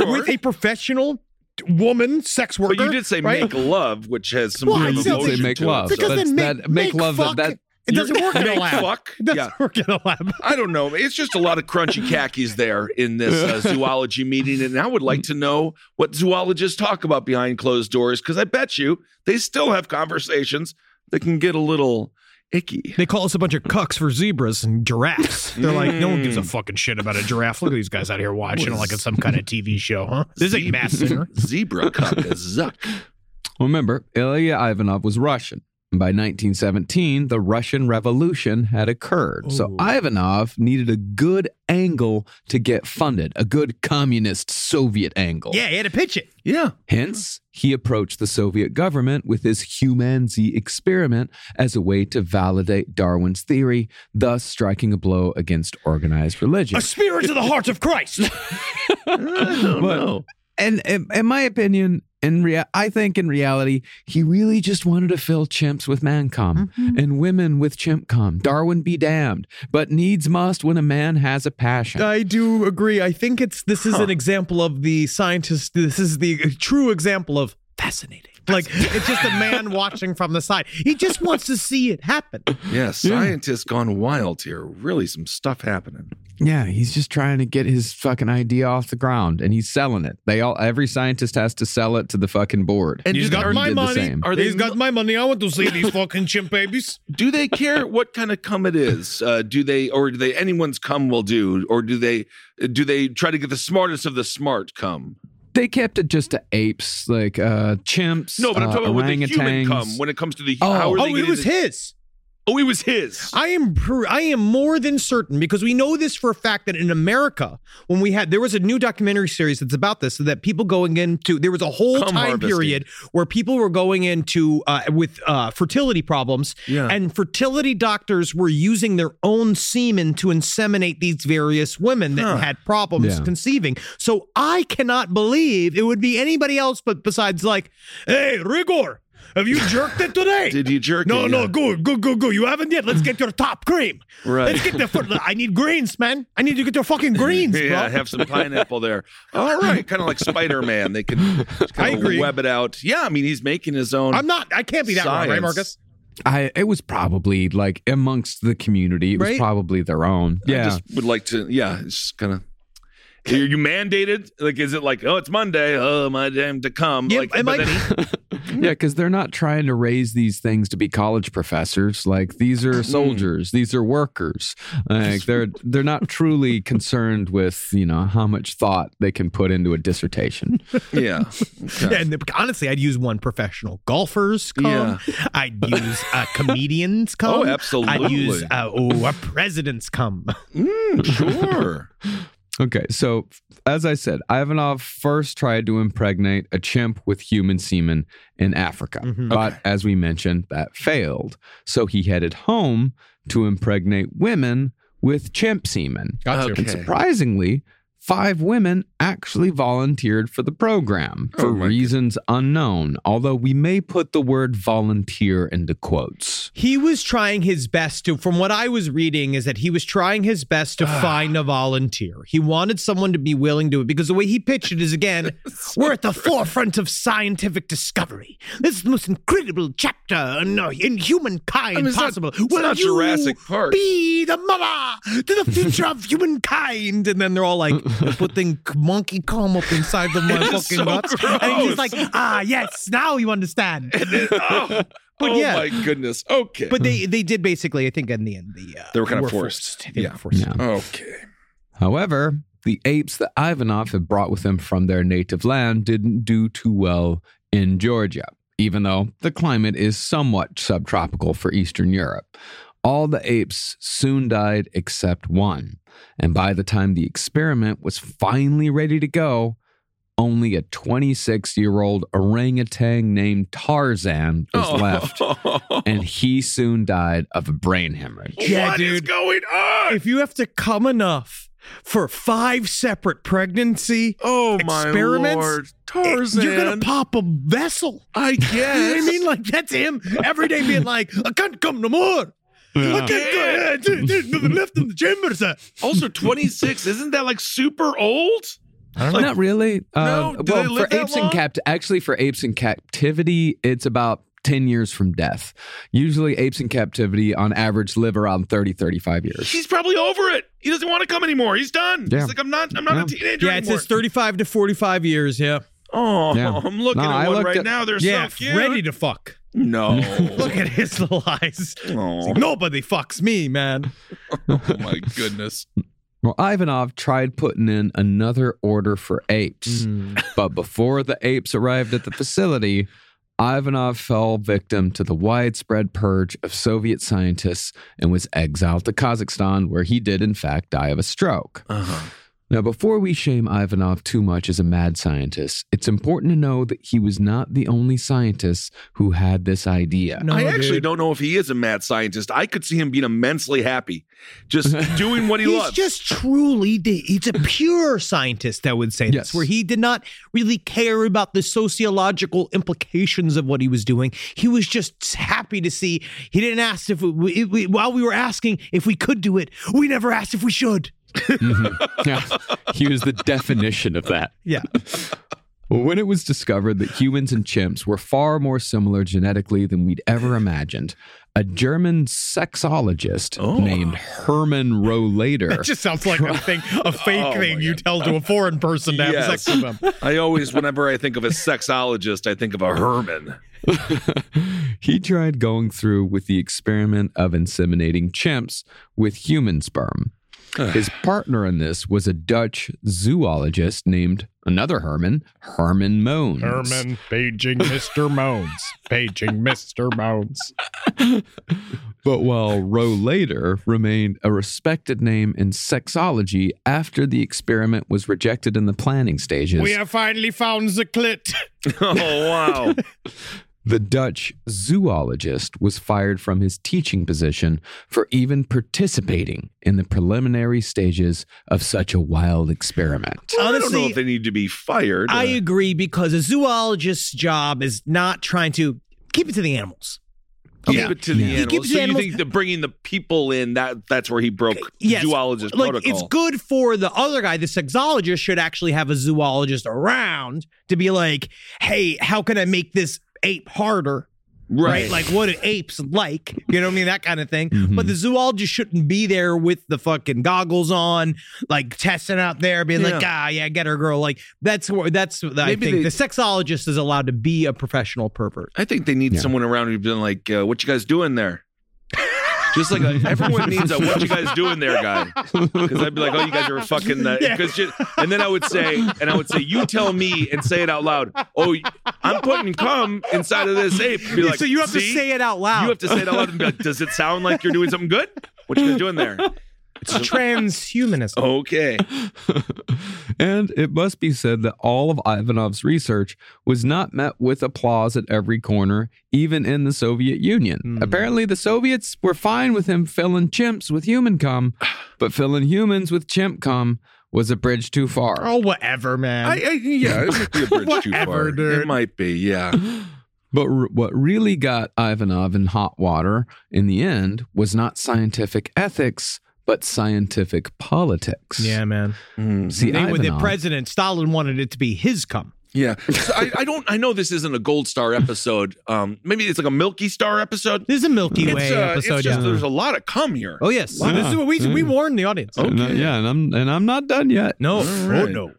with a professional woman sex worker, But you did say right? make love, which has some Well, kind I of said emotion they make to it, love. so- because that's- then make, that- make love that- fuck, that- it doesn't You're- work in a make lab. fuck? It doesn't Yeah. work in a lab. I don't know. It's just a lot of crunchy khakis there in this uh, zoology meeting, and I would like to know what zoologists talk about behind closed doors because I bet you they still have conversations that can get a little icky. They call us a bunch of cucks for zebras and giraffes. They're like, no one gives a fucking shit about a giraffe. Look at these guys out here watching it like it's some kind of TV show, huh? This ain't Mass Singer. Zebra cuck a zuck. Remember, Ilya Ivanov was Russian. And By 1917, the Russian Revolution had occurred. So Ivanov needed a good angle to get funded, a good communist Soviet angle. Yeah, he had to pitch it. Yeah, Hence, he approached the Soviet government with his Human Z experiment as a way to validate Darwin's theory, thus striking a blow against organized religion. A spirit to the heart of Christ. But- And, and in my opinion, In rea- I think in reality, he really just wanted to fill chimps with mancom and women with chimpcom. Darwin be damned, but needs must when a man has a passion. I do agree. I think it's this is an example of the scientist. This is the uh, true example of fascinating. Like it's just a man watching from the side. He just wants to see it happen. Yeah, scientists gone wild here. Really, some stuff happening. Yeah, he's just trying to get his fucking idea off the ground, and he's selling it. They all, every scientist has to sell it to the fucking board. And he's He got did my the money. same. Are he's got my money. I want to see these fucking chimp babies. Do they care what kind of cum it is? Uh, do they, or do they? Anyone's cum will do. Or do they? Do they try to get the smartest of the smart cum? They kept it just to apes, like uh chimps. No, but I'm uh, talking about when the human orangutans. cum. When it comes to the, Oh. how are they Oh, getting it was the- his. Oh, it was his. I am pr- I am more than certain because we know this for a fact that in America, when we had there was a new documentary series that's about this, so that people going into there was a whole Cum time harvesting. period where people were going into uh, with uh, fertility problems, Yeah. and fertility doctors were using their own semen to inseminate these various women that had problems Yeah. conceiving. So I cannot believe it would be anybody else, but besides like, hey, Rigor. Have you jerked it today? Did you jerk No, it? no, Yeah. go, go, go, go. You haven't yet. Let's get your top cream. Right. Let's get the foot. I need greens, man. I need to get your fucking greens, bro. Yeah, have some pineapple there. All right, kind of like Spider Man. They can I kind agree. of web it out. Yeah, I mean he's making his own. I'm not. I can't be that wrong, right, Science. Marcus? I it was probably like amongst the community. It was Right? probably their own. I Yeah. just would like to. Yeah, it's just kind of. Are you mandated? Like, is it like, oh, it's Monday. Oh, my damn to come. Yeah, like, it but might then- mm. yeah, because they're not trying to raise these things to be college professors. Like these Mm. are soldiers, these are workers. Like they're they're not truly concerned with, you know, how much thought they can put into a dissertation. yeah. Okay. And honestly, I'd use one professional golfer's cum. I'd use a comedian's cum. Oh, absolutely. I'd use uh, oh, a president's cum. Mm, sure. Okay, so as I said, Ivanov first tried to impregnate a chimp with human semen in Africa. But as we mentioned, that failed. So he headed home to impregnate women with chimp semen. Got And surprisingly, five women actually volunteered for the program for reasons unknown, although we may put the word volunteer into quotes. He was trying his best to, from what I was reading, is that he was trying his best to Ah. find a volunteer. He wanted someone to be willing to it because the way he pitched it is again, we're at the forefront of scientific discovery. This is the most incredible chapter in, uh, in humankind I mean, it's not- possible. it's not you Jurassic Park. Be the mother to the future of humankind. And then they're all like putting monkey comb up inside the fucking so guts. And he's gross. like, ah, yes, now you understand. oh But oh yeah. my goodness. Okay. But they they did basically, I think, in the end, the uh, They were kinda forced. They were Yeah. forced. Yeah. okay. However, the apes that Ivanov had brought with him from their native land didn't do too well in Georgia, even though the climate is somewhat subtropical for Eastern Europe. All the apes soon died except one. And by the time the experiment was finally ready to go, only a 26 year old orangutan named Tarzan was Oh. left. And he soon died of a brain hemorrhage. Yeah, What is dude. going on? If you have to come enough for five separate pregnancy oh my experiments, lord, it- Tarzan! you're gonna pop a vessel. I You know guess. what I mean, like that's him every day being like, I can't come no more. I can't go. uh, there- There's nothing left in the uh, chamber, sir. also 26. Isn't that like super old? Not really. No? Uh, Do they well, live for that apes long? in capt, actually, for apes in captivity, it's about 10 years from death. Usually, apes in captivity on average live around 30, 35 years. He's probably over it. He doesn't want to come anymore. He's done. Yeah. He's like, I'm not. I'm not Yeah. a teenager Yeah, it anymore. says 35 to 45 years. Yeah, Oh, Yeah. I'm looking No, at I one looked right at- now. They're yeah, so cute. ready to fuck. no. Look at his little eyes. It's oh, like, Nobody fucks me, man. oh my goodness. Well, Ivanov tried putting in another order for apes, but before the apes arrived at the facility, Ivanov fell victim to the widespread purge of Soviet scientists and was exiled to Kazakhstan, where he did, in fact, die of a stroke. Now, before we shame Ivanov too much as a mad scientist, it's important to know that he was not the only scientist who had this idea. I actually don't know if he is a mad scientist. I could see him being immensely happy, just doing what he He's loves. just truly, the, he's a pure scientist, I would say. That's where he did not really care about the sociological implications of what he was doing. He was just happy to see. He didn't ask if, we, if we- while we were asking if we could do it, we never asked if we should. yeah, he was the definition of that. Yeah. When it was discovered that humans and chimps were far more similar genetically than we'd ever imagined, a German sexologist named Hermann Rohlader. sounds like a thing, a fake thing you tell to a foreign person Yes. I always, whenever I think of a sexologist, I think of a Herman. he tried going through with the experiment of inseminating chimps with human sperm. His partner in this was a Dutch zoologist named another Herman, Herman Moans. Herman paging Mr. Moans. Paging Mr. Moans. But while Roe later remained a respected name in sexology after the experiment was rejected in the planning stages, We have finally found the clit. oh, wow. the Dutch zoologist was fired from his teaching position for even participating in the preliminary stages of such a wild experiment. I don't know if they need to be fired. I Uh, agree because a zoologist's job is not trying to keep it to the animals. Keep it to the He animals. keeps so the you animals- think that bringing the people in that that's where he broke Yes, zoologist like protocol? it's good for the other guy. The sexologist should actually have a zoologist around to be like, "Hey, how can I make this ape harder?" Right. Mm-hmm. Like, what do apes like? You know what I mean? That kind of thing. But the zoologist shouldn't be there with the fucking goggles on, like testing out there, being like, Yeah. ah, yeah, get her, girl. Like, that's where, that's, I Maybe think the they- sexologist is allowed to be a professional pervert. I think they need someone around who's been like, uh, "What you guys doing there?" Just like a, everyone needs a "What you guys doing there?" guy. Because I'd be like, "Oh, you guys are fucking," uh, Yeah. 'cause you- and then I would say, and I would say, "You tell me," and say it out loud. Oh, I'm putting cum inside of this ape. Be like, so you have "See?" to say it out loud. You have to say it out loud and be like, "Does it sound like you're doing something good? What you guys doing there?" It's transhumanism. Oh, Okay. And it must be said that all of Ivanov's research was not met with applause at every corner, even in the Soviet Union. Hmm. Apparently, the Soviets were fine with him filling chimps with human cum, but filling humans with chimp cum was a bridge too far. Oh, whatever, man. I, I, yeah, it might be a bridge too far. It might be, yeah. But r- what really got Ivanov in hot water in the end was not scientific ethics, but scientific politics. Yeah, man. See, They- with the Ivanov- president, Stalin wanted it to be his cum. Yeah. So I, I don't. I know this isn't a gold star episode. Um, maybe it's like a Milky Star episode. This is a Milky It's, Way uh, episode, It's just yeah. there's a lot of cum here. Oh yes, Wow. this is what we we Yeah. warned the audience. And, uh, yeah, and I'm and I'm not done yet. No, Oh, All right. no.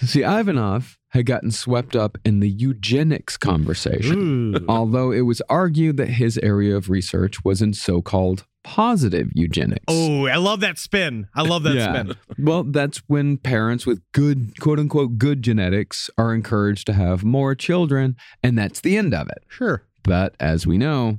See, Ivanov had gotten swept up in the eugenics conversation, although it was argued that his area of research was in so-called positive eugenics. Oh, I love that spin. I love that Yeah. spin. Well, that's when parents with good, quote unquote, good genetics are encouraged to have more children, and that's the end of it. Sure. But as we know,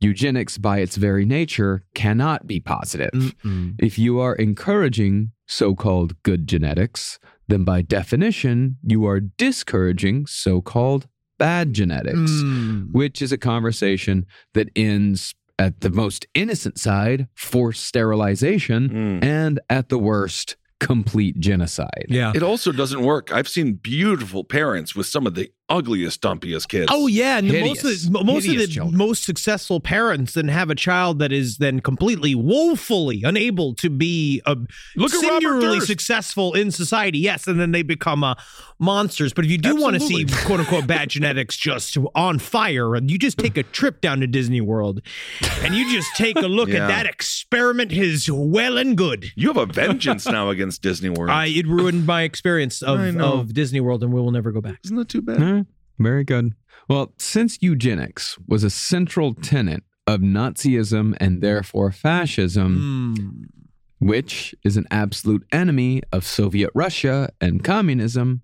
eugenics by its very nature cannot be positive. Mm. If you are encouraging so called good genetics, then by definition, you are discouraging so called bad genetics, Hmm. which is a conversation that ends at the most innocent side, forced sterilization, and at the worst, complete genocide. Yeah. It also doesn't work. I've seen beautiful parents with some of the ugliest, dumpiest kids. Oh yeah, and the most Hideous. of the, most of Hideous the children. most successful parents then have a child that is then completely woefully unable to be a Look at Robert singularly Durst. successful in society. Yes, and then they become uh, monsters. But if you do want to see Absolutely. quote unquote bad genetics just on fire, and you just take a trip down to Disney World, and you just take a look Yeah. at that experiment is well and good. You have a vengeance now against Disney World. I it ruined my experience of, I know. of Disney World, and we will never go back. Isn't that too bad? Mm. All right. Very good. Well, since eugenics was a central tenet of Nazism and therefore Hmm. fascism, which is an absolute enemy of Soviet Russia and communism,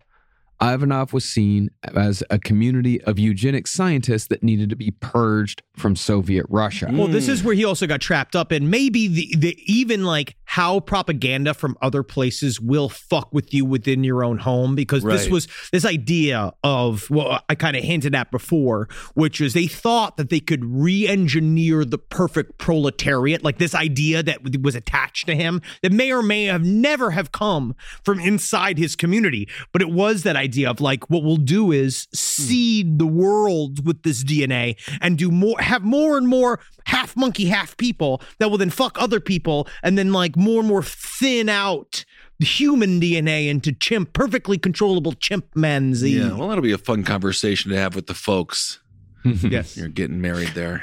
Ivanov was seen as a community of eugenic scientists that needed to be purged from Soviet Russia. Well, this is where he also got trapped up, and maybe the, the even like how propaganda from other places will fuck with you within your own home because this Right. was this idea of well I kind of hinted at before which is they thought that they could re-engineer the perfect proletariat like this idea that was attached to him that may or may have never have come from inside his community but it was that idea of like what we'll do is seed the world with this DNA and do more have more and more half monkey half people that will then fuck other people and then like more and more thin out human DNA into chimp, perfectly controllable chimp men. Z. Yeah, well, that'll be a fun conversation to have with the folks. yes. You're getting married there.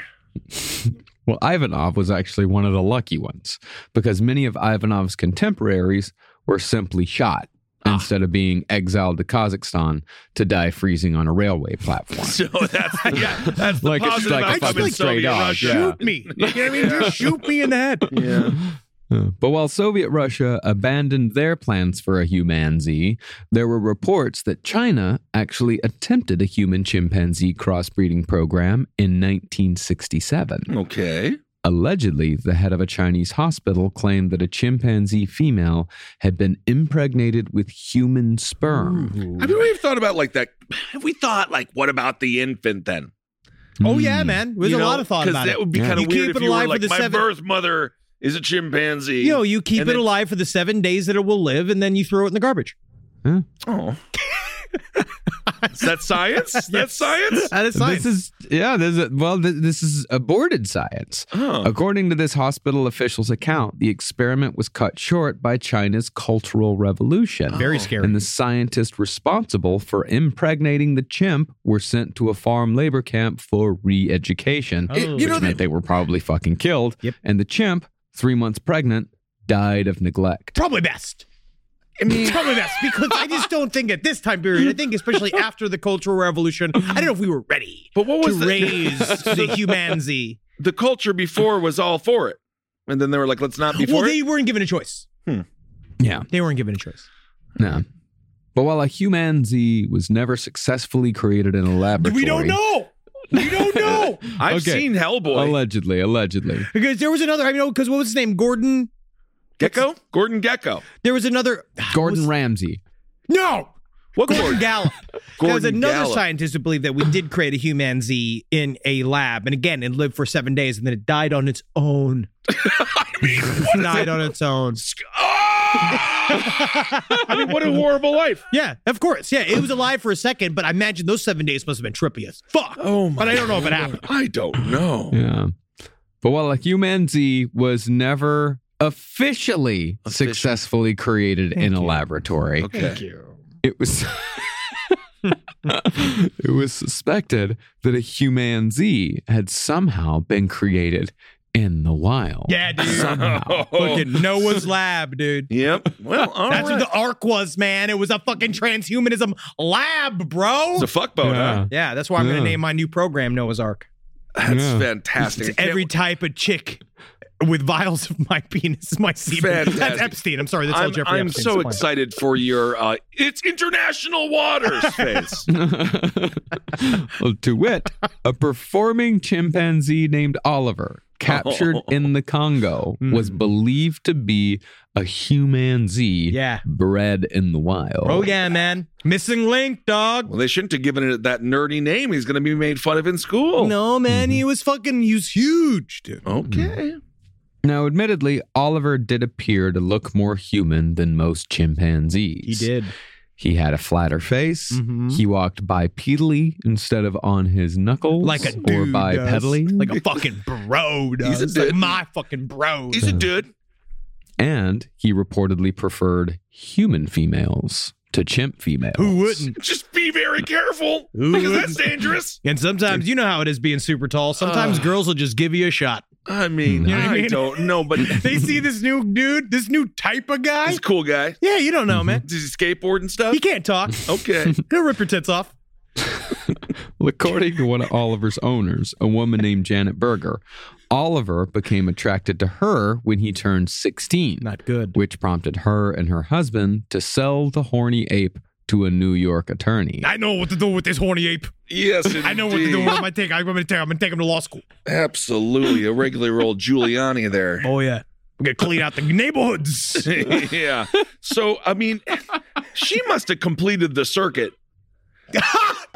Well, Ivanov was actually one of the lucky ones because many of Ivanov's contemporaries were simply shot instead of being exiled to Kazakhstan to die freezing on a railway platform. So that's yeah, that's the Like it's positive like a outcome fucking in stray Soviet dog, Russia. yeah. Shoot me. You know what I mean? Just shoot me in the head. Yeah. But while Soviet Russia abandoned their plans for a humanzee, there were reports that China actually attempted a human chimpanzee crossbreeding program in 1967. Okay. Allegedly, the head of a Chinese hospital claimed that a chimpanzee female had been impregnated with human sperm. Have we ever thought about like that? Have we thought like, what about the infant then? Oh yeah, man. There's You a know, lot of thought 'cause about it. that would be kind You of weird keep if it you were alive for like, the my seven- birth mother is a chimpanzee. You know, you keep And it then- alive for the seven days that it will live, and then you throw it in the garbage. Oh. Is that science? That's science? That is This is yeah. This is, well, th- this is aborted science. Oh. According to this hospital official's account, the experiment was cut short by China's Cultural Revolution. Oh. Very scary. And the scientists responsible for impregnating the chimp were sent to a farm labor camp for re-education, It- you which know, meant they were probably fucking killed. Yep. And the chimp, three months pregnant, died of neglect. Probably best. I mean, probably best because I just don't think at this time period. I think especially after the Cultural Revolution, I don't know if we were ready. But what was to the- raise the humanzee? The culture before was all for it. And then they were like, let's not be for Well, it. they weren't given a choice. Yeah. They weren't given a choice. No. But while a human Z was never successfully created in a laboratory, We don't know. We don't know. I've Okay. seen Hellboy. Allegedly, allegedly. Because there was another, I know, because what was his name? Gordon? Gecko? Gordon Gecko. There was another. Gordon Ramsay. No! What Gordon, Gallup. there was Gordon another Gallup. scientist who believed that we did create a human Z in a lab. And again, it lived for seven days and then it died on its own. died on its own. Ah! I mean, what a horrible life. Yeah, of course. Yeah, it was alive for a second, but I imagine those seven days must have been trippy as fuck. Oh my But I don't know if it happened. I don't know. Yeah. But while a human Z was never officially successfully created in a laboratory, Okay. Thank you. it was it was suspected that a human Z had somehow been created in the wild. Yeah, dude. Fucking Noah's lab, dude. Yep. Well, all That's right. what the arc was, man. It was a fucking transhumanism lab, bro. It's a fuckboat, huh? Yeah, that's why I'm Yeah. gonna name my new program Noah's Ark. That's Yeah. fantastic. It's every type of chick with vials of my penis is my semen. That's Fantastic. Epstein. I'm sorry, that's all I'm, Jeffrey I'm Epstein's so plan. excited for your uh, it's international waters face. Well, to wit, a performing chimpanzee named Oliver, captured Oh. in the Congo, Hmm. was believed to be a human Z Yeah. bred in the wild. Oh yeah, man. Missing link, dog. well, they shouldn't have given it that nerdy name. He's going to be made fun of in school. No, man, Mm-hmm. he was fucking he was huge, dude. Mm. Okay. Now, admittedly, Oliver did appear to look more human than most chimpanzees. He did. He had a flatter face. Mm-hmm. He walked bipedally instead of on his knuckles Oh, Like a or dude does. bipedally. Like a fucking bro does. He's a like dude. my fucking bro. He's a dude. and he reportedly preferred human females to chimp females. Who wouldn't? Just be very careful Who because wouldn't? that's dangerous. And sometimes you know how it is being super tall. Sometimes girls will just give you a shot. I mean, know what I Mm. I mean? don't know, but They see this new dude, this new type of guy. he's a cool guy. Yeah, you don't know, man. Does he skateboard and stuff? He can't talk. Okay. He'll rip your tits off. Well, according to one of Oliver's owners, a woman named Janet Berger, Oliver became attracted to her when he turned 16. Not good. which prompted her and her husband to sell the horny ape to a New York attorney. I know what to do with this horny ape. yes, indeed. I know what to do with him. I'm gonna take. I'm gonna take. I'm gonna take him to law school. Absolutely, a regular old Giuliani there. Oh yeah. We're gonna clean out the neighborhoods. yeah. So I mean, she must have completed the circuit.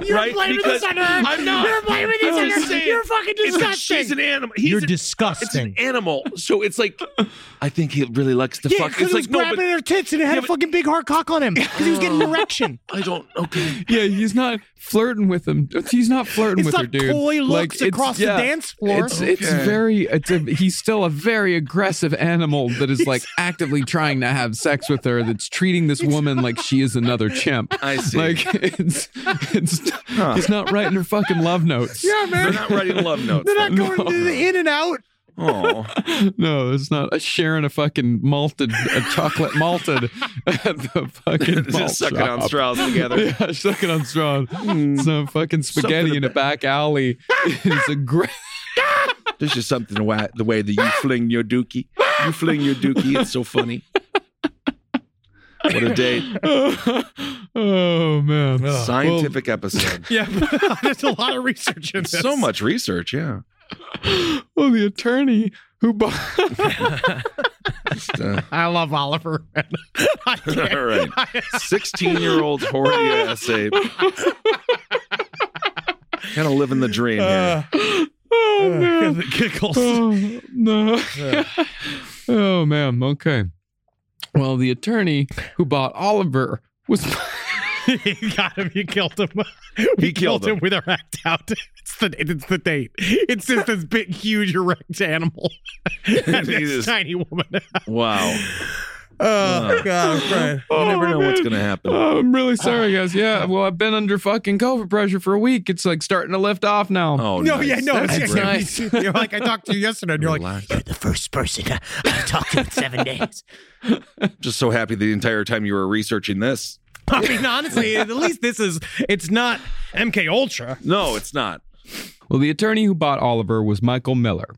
You're right? blaming because this on her. I'm not. You're blaming this I'm on just her. saying, You're fucking it's a- disgusting. she's an animal. He's You're disgusting. It's an animal. So it's like, I think he really likes to yeah, fuck. 'cause It's he like was no, grabbing but her tits and it had Yeah, a but- fucking big hard cock on him because he was getting an erection. I don't. Okay. Yeah, he's not flirting with him. He's not flirting It's with not her, dude. coy looks across the dance floor. It's, it's Okay. very. It's a, he's still a very aggressive animal that is like actively trying to have sex with her. That's treating this woman like she is another chimp. I see. Like it's it's he's not writing her fucking love notes. Yeah, man. They're not writing love notes. They're not going to the in and out. Oh no, it's not a sharing a fucking malted a chocolate malted at the fucking Just malt sucking shop. on straws together. Hmm. Yeah, sucking on straws. Some fucking spaghetti in a back alley is a great. This is something why the way that you fling your dookie. You fling your dookie. It's so funny. What a date. oh man. Well, Scientific episode. yeah, there's a lot of research in this. So much research, yeah. Well, the attorney who bought. I love Oliver. I can't- All right. 16 year old horny ass ape. kind of living the dream here. oh man. the giggles. Oh, no. oh man. Okay. Well, the attorney who bought Oliver was. you got him. You killed him. We He killed him. with our act out. It's the it's the date. It's just this big, huge, erect animal and this Jesus. tiny woman. Wow. Oh God, You never know what's going to happen. Oh, I'm really sorry, guys. Yeah, well, I've been under fucking COVID pressure for a week. It's like starting to lift off now. Oh, No, nice. yeah, no. That's It's, nice. You're like I talked to you yesterday, and you're Relax. You're the first person I- I've talked to in seven days. Just so happy the entire time you were researching this. like, I mean, honestly, at least this is it's not MK Ultra. No, it's not. Well, the attorney who bought Oliver was Michael Miller,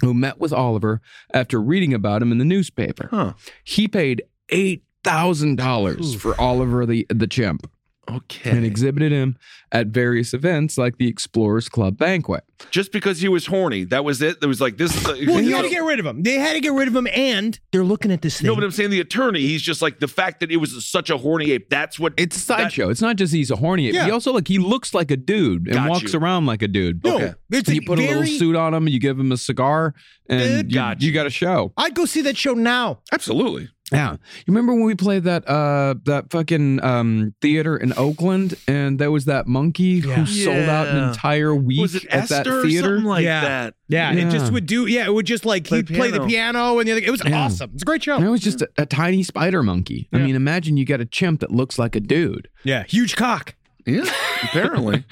who met with Oliver after reading about him in the newspaper. Huh. He paid eight thousand dollars for Oliver the the chimp and Okay. exhibited him at various events like the Explorers Club banquet. Just because he was horny, that was it. There was like this. Is Well, you had to get rid of him. They had to get rid of him, and they're looking at this thing. no, but I'm saying the attorney. He's just like the fact that it was such a horny ape. That's what It's a sideshow. It's not just he's a horny. ape. Yeah. He also like he looks like a dude and Got walks you. around like a dude. No, Okay. And it's a you put a little very- suit on him. You give him a cigar, and Dude. you, Got you got a show. I'd go see that show now. absolutely. Yeah. You remember when we played that uh that fucking um theater in Oakland and there was that monkey Yeah. who sold out an Yeah. entire week Was it at that Esther or theater? something like Yeah. that? Yeah, Yeah. it just would do. Yeah, it would just like Play he'd play the piano. piano and the other. It was Yeah. awesome. It's a great show. and it was just a, a tiny spider monkey. I Yeah. mean, imagine you got a chimp that looks like a dude. Yeah, huge cock. Yeah, apparently.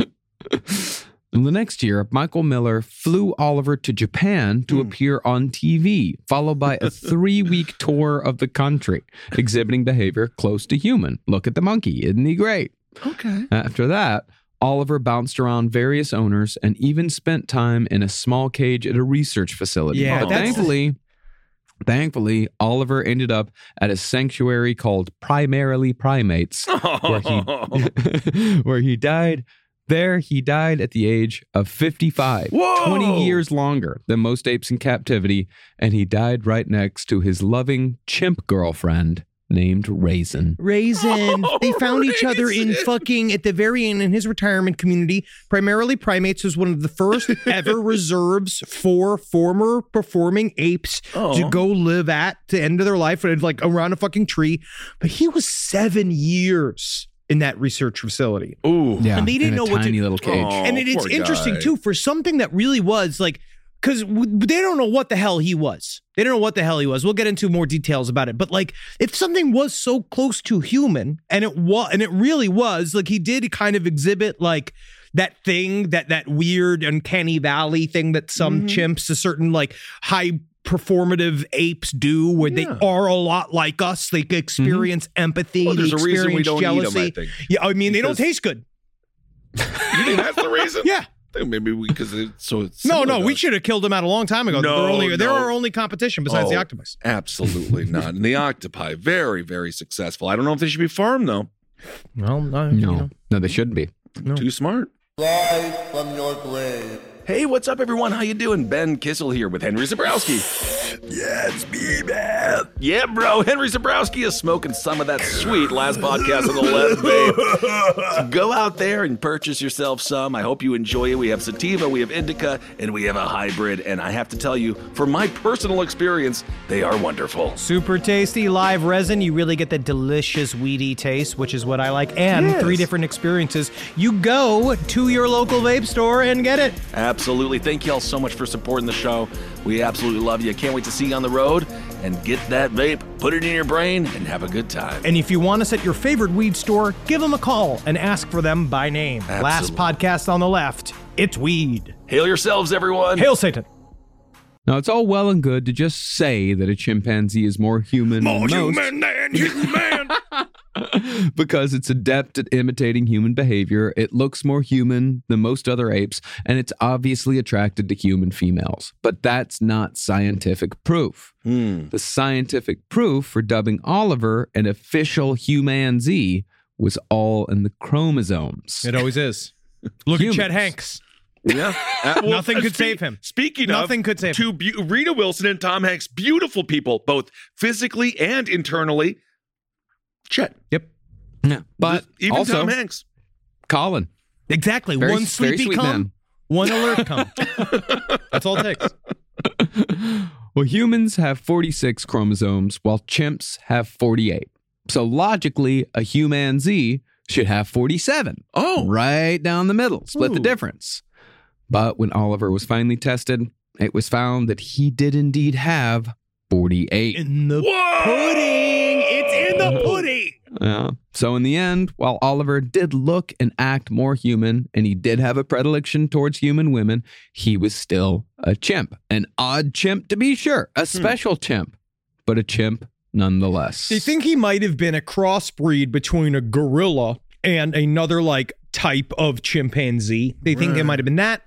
And the next year, Michael Miller flew Oliver to Japan Hmm. to appear on TV, followed by a three week tour of the country, exhibiting behavior close to human. Look at the monkey. Isn't he great? okay. After that, Oliver bounced around various owners and even spent time in a small cage at a research facility. Yeah, but that's- thankfully, thankfully, Oliver ended up at a sanctuary called Primarily Primates, Oh. where he, where he died. There, he died at the age of 55, Whoa! 20 years longer than most apes in captivity, and he died right next to his loving chimp girlfriend named Raisin. Raisin. they found each other in Raisin. fucking at the very end in his retirement community. Primarily, primates was one of the first ever reserves for former performing apes to Aw. go live at to end of their life, and like around a fucking tree. But he was seven years in that research facility. Ooh. Yeah, And they in didn't a know what to- tiny little cage. Aw. and it, it's Oh, poor interesting guy. too for something that really was like because w- they don't know what the hell he was they don't know what the hell he was we'll get into more details about it but like if something was so close to human and it was and it really was like he did kind of exhibit like that thing that that weird uncanny valley thing that some chimps a certain like high performative apes do where they are a lot like us they experience empathy Well, they there's a experience reason we don't eat 'em, I jealousy think. yeah i mean they don't Because- taste good You think that's the reason? yeah I think Maybe we because it's so. It's No, similar no, to we us. should have killed them out a long time ago. No, They're only, They're no. our only competition besides the Oh. octopus. Absolutely not. And the octopi, very, very successful. I don't know if they should be farmed though. Well, no, No, no, they shouldn't be. Too smart. Hey, what's up, everyone? How you doing? Ben Kissel here with Henry Zabrowski. Yeah, it's me, man. Yeah, bro. Henry Zabrowski is smoking some of that sweet last podcast on the left, babe. So go out there and purchase yourself some. I hope you enjoy it. We have sativa, we have indica, and we have a hybrid. And I have to tell you, from my personal experience, they are wonderful. Super tasty live resin. You really get the delicious weedy taste, which is what I like. And Yes. three different experiences. You go to your local vape store and get it. Absolutely. Thank y'all so much for supporting the show. We absolutely love you. Can't wait to see you on the road and get that vape, put it in your brain, and have a good time. And if you want us at your favorite weed store, give them a call and ask for them by name. Last podcast on the left. It's weed. Hail yourselves, everyone. Hail Satan. Now, it's all well and good to just say that a chimpanzee is more human More than most human than human. because it's adept at imitating human behavior. It looks more human than most other apes, and it's obviously attracted to human females. But that's not scientific proof. The scientific proof for dubbing Oliver an official humanzee was all in the chromosomes. It always is. Look Humans. at Chet Hanks. Yeah. Nothing could save him. Uh, Speaking of, Nothing could save two beau- Rita Wilson and Tom Hanks, beautiful people, both physically and internally. Chet. Yep. Yeah. But Even also, Tom Hanks. Colin. Exactly. Very- one very sleepy sweet cum, man. one alert cum. That's all it takes. Well, humans have 46 chromosomes, while chimps have 48. So logically, a human Z should have 47. Oh. Right down the middle. Split the difference. But when Oliver was finally tested, it was found that he did indeed have 48. In the pudding. It's in the pudding. Yeah. So in the end, while Oliver did look and act more human, and he did have a predilection towards human women, he was still a chimp. An odd chimp to be sure, a special chimp, but a chimp nonetheless. They think he might have been a crossbreed between a gorilla and another like type of chimpanzee. They think it might have been that.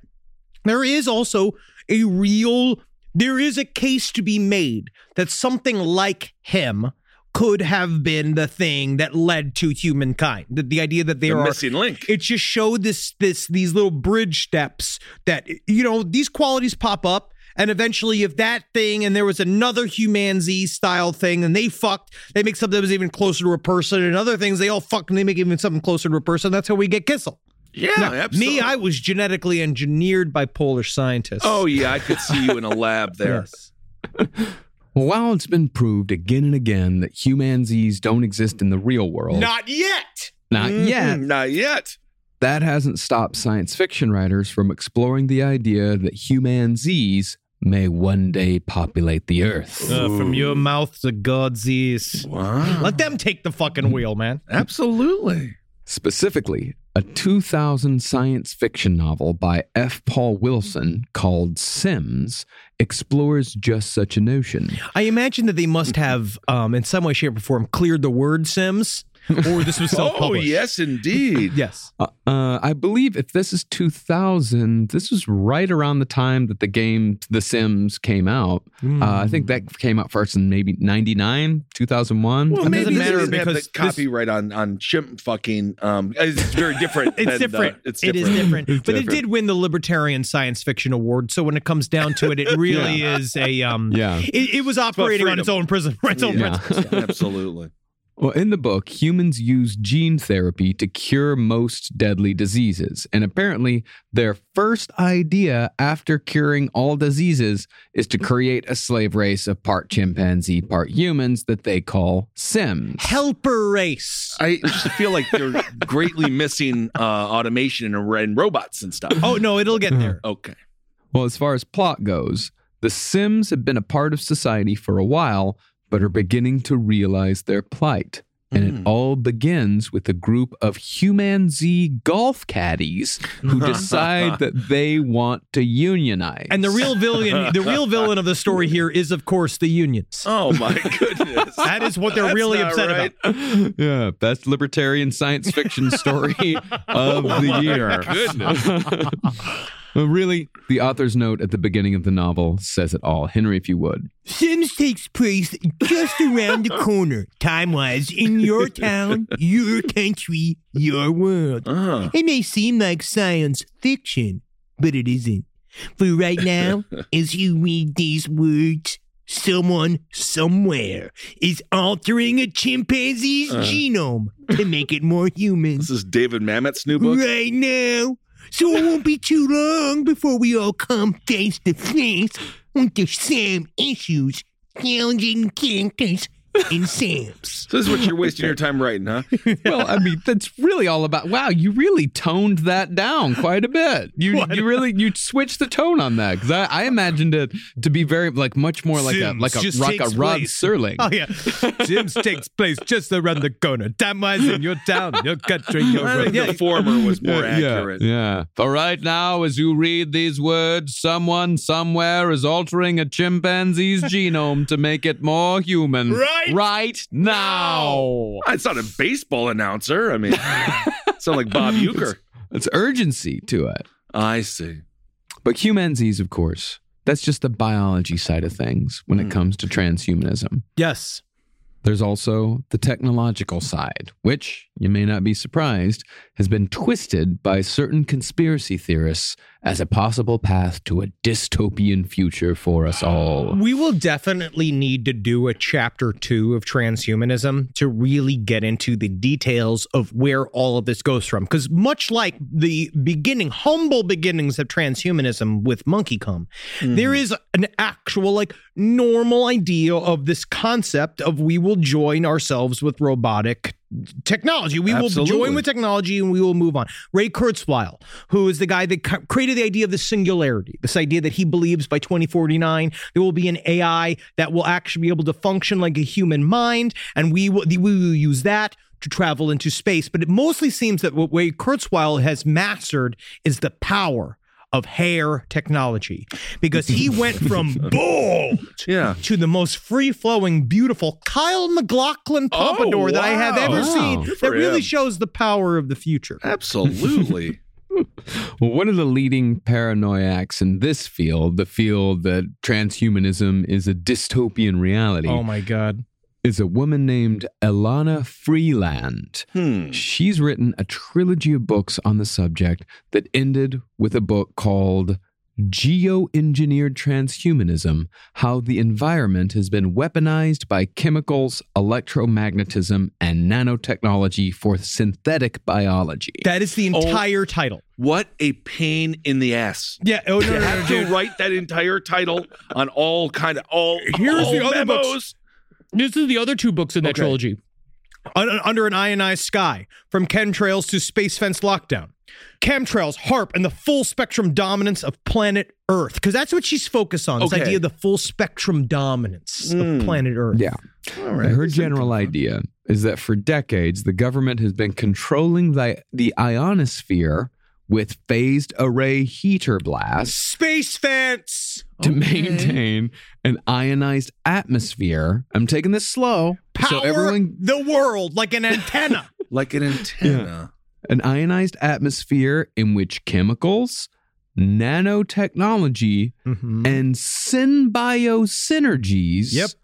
There is also a real there is a case to be made that something like him could have been the thing that led to humankind. The, the idea that there The are missing link. It just showed this this these little bridge steps that you know these qualities pop up. And eventually, if that thing and there was another humanzee style thing, and they fucked, they make something that was even closer to a person, and other things they all fucked and they make even something closer to a person. That's how we get Kissel. Yeah, Now, absolutely. Me, I was genetically engineered by Polish scientists. Oh, yeah. I could see you in a lab there. Well, while it's been proved again and again that humanzees don't exist in the real world, Not yet. Not yet. Not yet. that hasn't stopped science fiction writers from exploring the idea that humanzees may one day populate the earth. Uh, from your mouth to God's ears. Let them take the fucking wheel, man. Absolutely. Specifically, a 2000 science fiction novel by F. Paul Wilson called Sims explores just such a notion. I imagine that they must have, um, in some way, shape, or form, cleared the word Sims, or this was self Oh, published. yes, indeed. yes. Uh, uh, I believe if this is 2000, this was right around the time that the game The Sims came out. Uh, I think that came out first in maybe 99, 2001. Well, I maybe think- they didn't have because the copyright on on chimp fucking. Um, it's very different. It's than the- different. uh, it's It different. is different. It's but it different. did win the Libertarian Science Fiction Award. So when it comes down to it, it really is a um. Yeah. It, it was operating on its freedom. own prison, its own Yeah. principles. Absolutely. Well, in the book, humans use gene therapy to cure most deadly diseases. And apparently, their first idea after curing all diseases is to create a slave race of part chimpanzee, part humans that they call Sims. Helper race. I just feel like they're greatly missing uh, automation and, and robots and stuff. Oh no, it'll get there. Okay. Well, as far as plot goes, the Sims have been a part of society for a while, but are beginning to realize their plight. And Hmm. it all begins with a group of human Z golf caddies who decide that they want to unionize. And the real villain, the real villain of the story here is, of course, the unions. Oh my goodness. That is what they're really not upset right. about. yeah, best libertarian science fiction story of the year. Goodness. Well, really, the author's note at the beginning of the novel says it all. Henry, if you would. Sims takes place just around the corner, time wise, in your town, your country, your world. Uh, It may seem like science fiction, but it isn't. For right now, as you read these words, someone somewhere is altering a chimpanzee's Uh. genome to make it more human This is David Mamet's new book. right now. So it won't be too long before we all come face to face with the same issues, challenging characters, and Sam's. So this is what you're wasting your time writing, huh? well, I mean, that's really all about. Wow, you really toned that down quite a bit. You you really you switched the tone on that because I, I imagined it to be very like much more like a Sims like a just rock takes a Rod place. Serling. Oh yeah, Sims takes place just around the corner. Damn wise in your town, your country, your I think road. the former was more Yeah, yeah, accurate. Yeah. For right now, as you read these words, someone somewhere is altering a chimpanzee's genome to make it more human. Right Right now. It's not a baseball announcer. I mean, sound like Bob Euchre. It's urgency to it. I see. But humanzees, of course, that's just the biology side of things when it comes to transhumanism. Yes. There's also the technological side, which, you may not be surprised, has been twisted by certain conspiracy theorists as a possible path to a dystopian future for us all. We will definitely need to do a chapter two of transhumanism to really get into the details of where all of this goes from. Because much like the beginning, humble beginnings of transhumanism with Monkey Cum, there is an actual, like, normal idea of this concept of we will join ourselves with robotic technology. We will Absolutely. join with technology and we will move on. Ray Kurzweil, who is the guy that co- created the idea of the singularity, this idea that he believes by 2049 there will be an AI that will actually be able to function like a human mind, and we will, we will use that to travel into space. But it mostly seems that what Ray Kurzweil has mastered is the power of hair technology because he went from bald yeah. to the most free flowing, beautiful Kyle McLaughlin pompadour that I have ever wow. seen. Good That for really him. shows the power of the future. Absolutely. Well, one of the leading paranoiacs in this field, the field that transhumanism is a dystopian reality, Oh my God. is a woman named Elana Freeland. She's written a trilogy of books on the subject that ended with a book called Geoengineered Transhumanism How the Environment Has Been Weaponized by Chemicals, Electromagnetism, and Nanotechnology for Synthetic Biology. That is the entire title. What a pain in the ass. Yeah. Oh no, You no, no, have to write that entire title on all kind of all. Here's all the other memos. books. This is the other two books in that Okay. trilogy. Un- Under an ionized sky, from chemtrails to space fence lockdown. Chemtrails, harp, and the full spectrum dominance of planet Earth. Because that's what she's focused on. This Okay. idea of the full spectrum dominance of planet Earth. Yeah. Her general idea is that for decades, the government has been controlling the, the ionosphere with phased array heater blasts Space fence. to maintain an ionized atmosphere. I'm taking this slow. so everyone the world like an antenna. like an antenna. An ionized atmosphere in which chemicals, nanotechnology, Mm-hmm. Mm-hmm. and symbiosynergies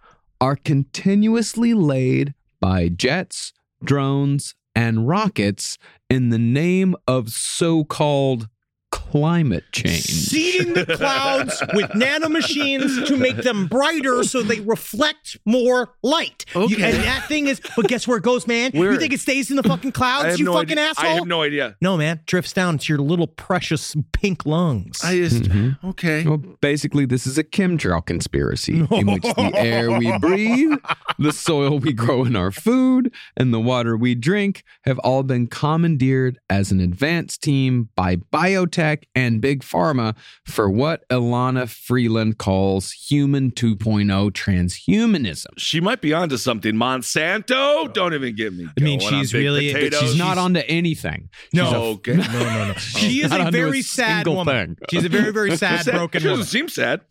are continuously laid by jets, drones, and rockets in the name of so called climate change. seeding the clouds with nanomachines to make them brighter so they reflect more light. You- Okay. and that thing is, but guess where it goes, man? Where? You think it stays in the fucking I clouds, have you no fucking idea. asshole? I have no idea. No, man, drifts down to your little precious pink lungs. I just Mhm. okay. Well, basically, this is a chemtrail conspiracy in which the air we breathe, the soil we grow in our food, and the water we drink have all been commandeered as an advance team by biotech and big pharma for what Ilana Freeland calls human 2.0 transhumanism. She might be onto something. Monsanto, don't even get me. I mean, going on she's big really- but potatoes. she's not onto anything. No, She's a- okay. No, no, no. She is Not a onto very a sad single woman. thing. She's a very, very sad, broken She doesn't woman. seem sad.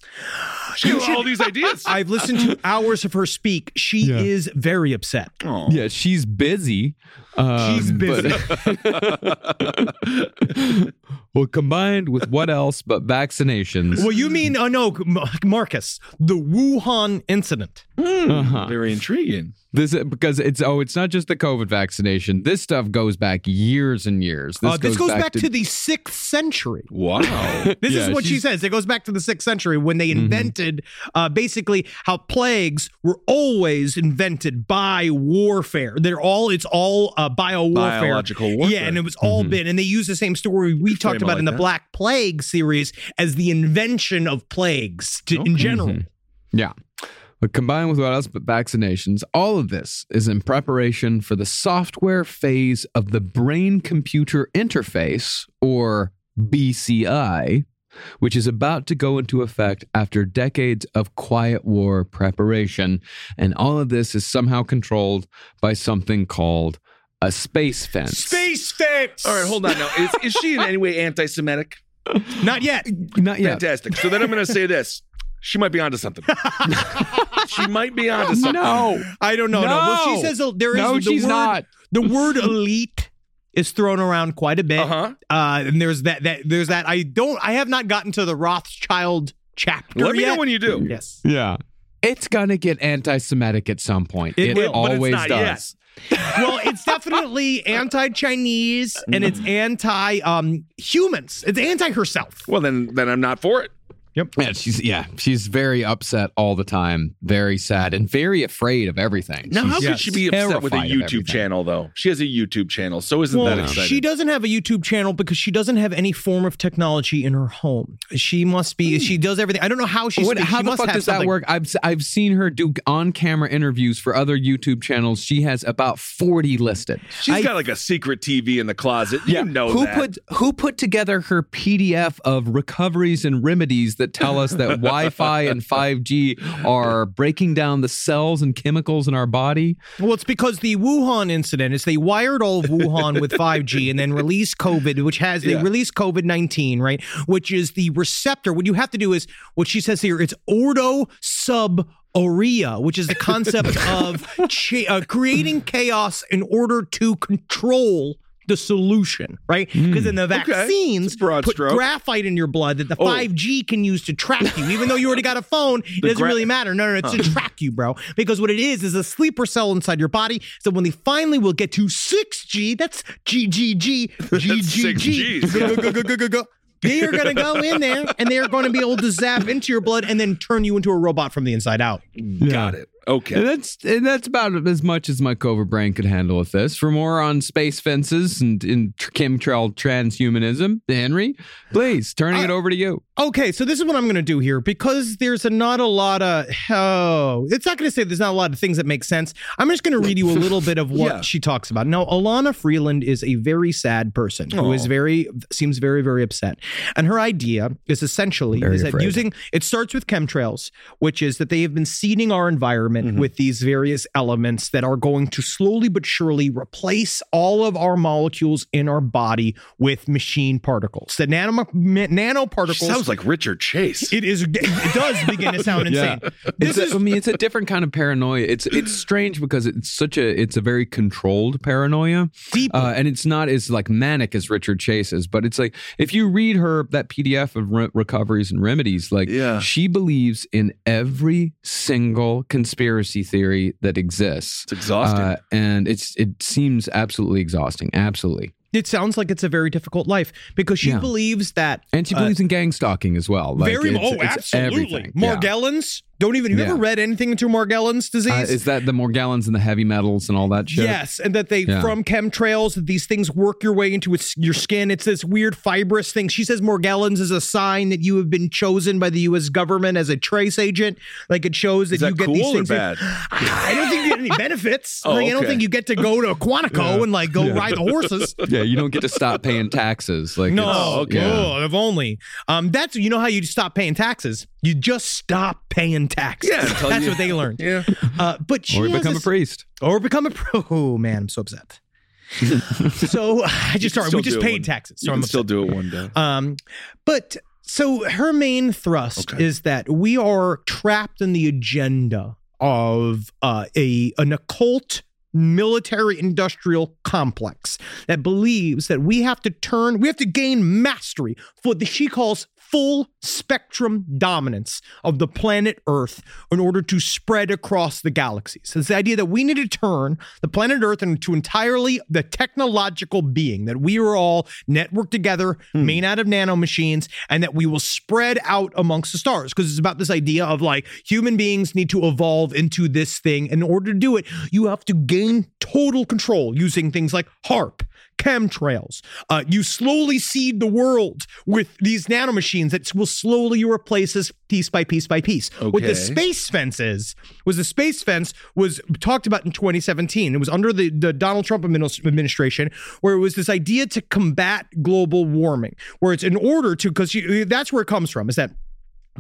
She has all these ideas. I've listened to hours of her speak. She is very upset. Yeah, she's busy, Um, She's busy. but- well, combined with what else but vaccinations? Well, you mean, oh no, M- Marcus, the Wuhan incident. Very intriguing. This because it's oh, it's not just the COVID vaccination. This stuff goes back years and years. Uh, this goes back, to, the sixth century. Wow. this Yeah, is what she she's- says. It goes back to the sixth century when they invented uh, basically how plagues were always invented by warfare. They're all it's all uh, bio warfare, Biological warfare. Yeah, and it was all been and they use the same story we talked it about in like the that. Black Plague series as the invention of plagues to, in general. Yeah. But combined with what else but vaccinations, all of this is in preparation for the software phase of the brain computer interface, or BCI, which is about to go into effect after decades of quiet war preparation. And all of this is somehow controlled by something called a space fence. Space fence. All right, hold on now. Is, is she in any way anti-Semitic? Not yet. Not yet. Fantastic. So then I'm going to say this. She might be onto something. she might be onto something. No. I don't know. No. Well, she says uh, there is No, the she's word, not. The word elite is thrown around quite a bit. Uh-huh. and there's that that there's that I don't I have not gotten to the Rothschild chapter. Let me know yet. when you do. Yes. Yeah. It's going to get anti Semitic at some point. It, always does. well, it's definitely anti-Chinese and it's anti um humans. It's anti herself. Well, then then I'm not for it. Yep. Yeah, she's yeah, she's very upset all the time, very sad, and very afraid of everything. Now, how She's could she be upset with a terrified of everything. YouTube channel, though? She has a YouTube channel, so isn't that Well, exciting? she doesn't have a YouTube channel because she doesn't have any form of technology in her home. She must be. She does everything. I don't know how she. What, speaks. how she the must fuck have does that something. work? I've s- I've seen her do on-camera interviews for other YouTube channels. She has about forty listed. She's got like a secret TV in the closet. You know who that. put who put together her PDF of recoveries and remedies that tell us that Wi-Fi and 5G are breaking down the cells and chemicals in our body? Well, it's because the Wuhan incident is they wired all of Wuhan with 5G and then released COVID, which has they Yeah. released COVID 19, right? Which is the receptor. What you have to do is what she says here it's ordo sub. Aurea, which is the concept of cha- uh, creating chaos in order to control the solution, right? Because in the Mm. Okay. vaccines, put stroke. graphite in your blood that the Oh. 5G can use to track you, even though you already got a phone. It The doesn't gra- really matter. No, no, no it's to Huh. track you, bro. Because what it is is a sleeper cell inside your body. So when they finally will get to 6G, that's GGG, six GGG. Gs, Go, yeah. go, go, go, go, go. They are going to go in there and they are going to be able to zap into your blood and then turn you into a robot from the inside out. Got it. Okay. And that's and that's about as much as my COVID brain could handle with this. For more on space fences and, and tr- chemtrail transhumanism, Henry, please turning it over to you. Okay, so this is what I'm going to do here because there's a, not a lot of oh, it's not going to say there's not a lot of things that make sense. I'm just going to read you a little bit of what Yeah. she talks about. Now, Alana Freeland is a very sad person who is Aw. very seems very very upset, and her idea is essentially Very is that afraid. using it starts with chemtrails, which is that they have been seeding our environment Mm-hmm. with these various elements that are going to slowly but surely replace all of our molecules in our body with machine particles. The nano nanoparticles She sounds like Richard Chase. It is. It does begin to sound insane. This is, I mean, it's a different kind of paranoia. It's it's strange because it's such a it's a very controlled paranoia, deep, uh, and it's not as like manic as Richard Chase's. But it's like if you read her that PDF of re- recoveries and remedies, like she believes in every single conspiracy theory that exists. It's exhausting, and it's it seems absolutely exhausting. Absolutely. It sounds like it's a very difficult life because she Yeah. believes that. And she uh, believes in gang stalking as well. Like, very. it's- oh, it's absolutely. everything. Yeah. Morgellons. Don't even. You Yeah. ever read anything into Morgellons disease? Uh, is that the Morgellons and the heavy metals and all that shit? Yes, and that they Yeah. from chemtrails that these things work your way into its, your skin. It's this weird fibrous thing. She says Morgellons is a sign that you have been chosen by the U.S. government as a trace agent. Like it shows that, Is that you get cool these or things. bad? I don't think you get any benefits. Oh, like, I don't okay. think you get to go to Quantico and like go Yeah. ride the horses. Yeah, you don't get to stop paying taxes. Like no, it's- yeah. oh, if only. Um, that's you know how you stop paying taxes. You just stop paying taxes. Yeah, until that's you- what they learned. Yeah, uh, but she Or has become a this- priest. or become a pro. Oh man, I'm so upset. so I just sorry, we just paid taxes, so you I'm can still upset. do it one day. Um, but so her main thrust is that we are trapped in the agenda of uh, a an occult military industrial complex that believes that we have to turn, we have to gain mastery for what she calls full spectrum dominance of the planet Earth in order to spread across the galaxies. It's the idea that we need to turn the planet Earth into entirely the technological being, that we are all networked together, made out of nanomachines, and that we will spread out amongst the stars. Because it's about this idea of like human beings need to evolve into this thing. In order to do it, you have to gain total control using things like HARP chemtrails. Uh, you slowly seed the world with these nanomachines that will slowly replace us piece by piece by piece. What Okay. the space fence is, was the space fence was talked about in 2017. It was under the, the Donald Trump admin- administration, where it was this idea to combat global warming, where it's in order to, because that's where it comes from, is that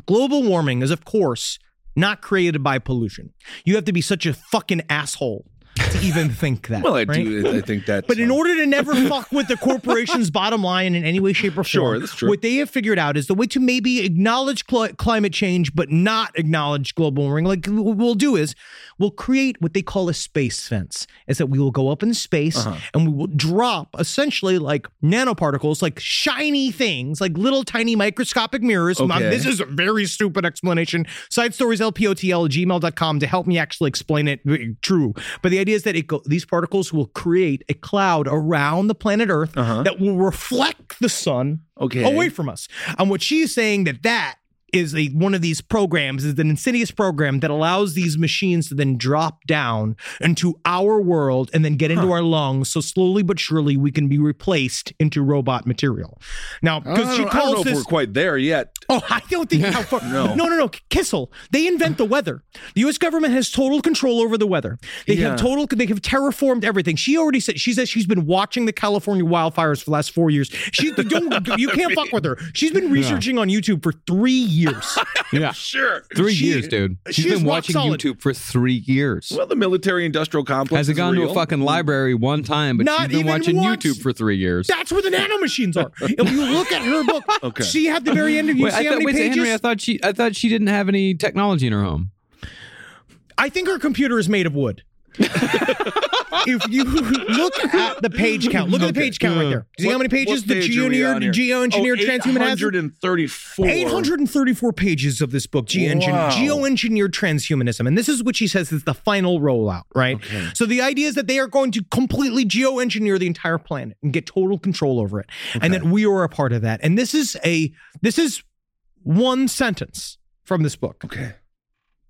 global warming is, of course, not created by pollution. You have to be such a fucking asshole to even think that. Well, I right? do. I think that. But in order to never fuck with the corporation's bottom line in any way, shape, or form, Sure, that's true. what they have figured out is the way to maybe acknowledge cli- climate change but not acknowledge global warming. Like w- what we'll do is we'll create what they call a space fence. Is that we will go up in space Uh-huh. and we will drop essentially like nanoparticles, like shiny things, like little tiny microscopic mirrors. Um, Okay. This is a very stupid explanation. Side stories LPOTL at gmail.com to help me actually explain it uh, true. But the idea is that it go- these particles will create a cloud around the planet Earth that will reflect the sun Uh-huh. Okay. away from us. And what she's saying that that is a, one of these programs is an insidious program that allows these machines to then drop down into our world and then get into our lungs. So slowly but surely we can be replaced into robot material. Now, because I she don't- I don't know calls if this we're quite there yet. Oh, I don't think how far. No. no, no, no. Kissel. They invent the weather. The U.S. government has total control over the weather. They Yeah. have total. They have terraformed everything. She already said. She says she's been watching the California wildfires for the last four years. She don't. You can't fuck with her. She's been researching on YouTube for three years. Yeah. Sure. Three She- years, dude. she She's is been rock watching solid. YouTube for three years. Well, the military-industrial complex Has it is gone to real. a fucking library one time, but Not she's been even watching once. YouTube for three years. That's where the nanomachines are. If you look at her book, Okay. she had the very end of you. Wait, I see how thought, many wait, so pages? Henry, I thought she, I thought she didn't have any technology in her home. I think her computer is made of wood. if you look at the page count, look at the page count right there. See how many pages the geoengineered geoengineered Oh, transhuman has? 834. 834 pages of this book, Geoengine- Wow. Geoengineered Transhumanism. And this is what she says is the final rollout, right? So the idea is that they are going to completely geoengineer the entire planet and get total control over it. And that we are a part of that. And this is a this is one sentence from this book. Okay.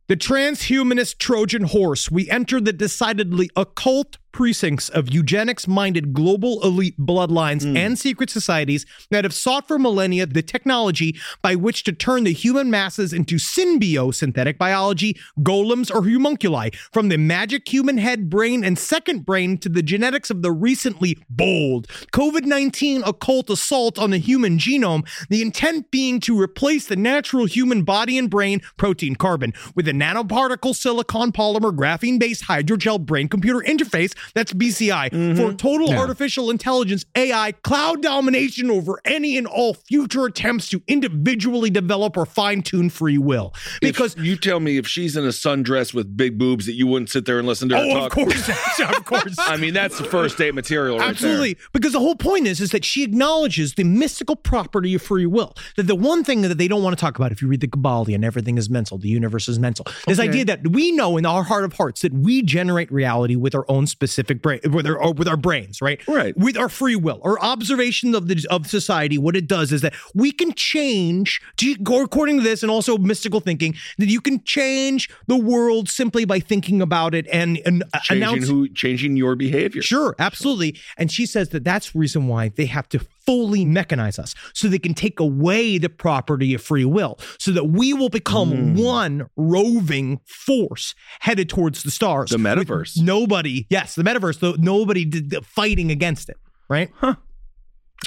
The transhumanist Trojan horse, we enter the decidedly occult precincts of eugenics minded global elite bloodlines and secret societies that have sought for millennia the technology by which to turn the human masses into symbiosynthetic biology, golems, or homunculi, from the magic human head, brain, and second brain to the genetics of the recently bold COVID 19 occult assault on the human genome, the intent being to replace the natural human body and brain protein carbon with a nanoparticle silicon polymer graphene based hydrogel brain computer interface that's BCI Mm-hmm. for total Yeah. artificial intelligence AI cloud domination over any and all future attempts to individually develop or fine tune free will. Because you tell me if she's in a sundress with big boobs that you wouldn't sit there and listen to her Oh, of talk. course. of course. I mean, that's the first date material right there. Absolutely. Because the whole point is, is that she acknowledges the mystical property of free will. That the one thing that they don't want to talk about, if you read the Kabbalah and everything is mental, the universe is mental. This Okay. idea that we know in our heart of hearts that we generate reality with our own specific brain, with our, or with our brains, right? Right. With our free will, our observation of the of society. What it does is that we can change, to, according to this, and also mystical thinking, that you can change the world simply by thinking about it and, and uh, Changing announcing who, changing your behavior. Sure, absolutely. And she says that that's reason why they have to fully mechanize us so they can take away the property of free will so that we will become Mm. one roving force headed towards the stars. The metaverse. Nobody, yes, the metaverse, though nobody did, did- fighting against it, right? Huh.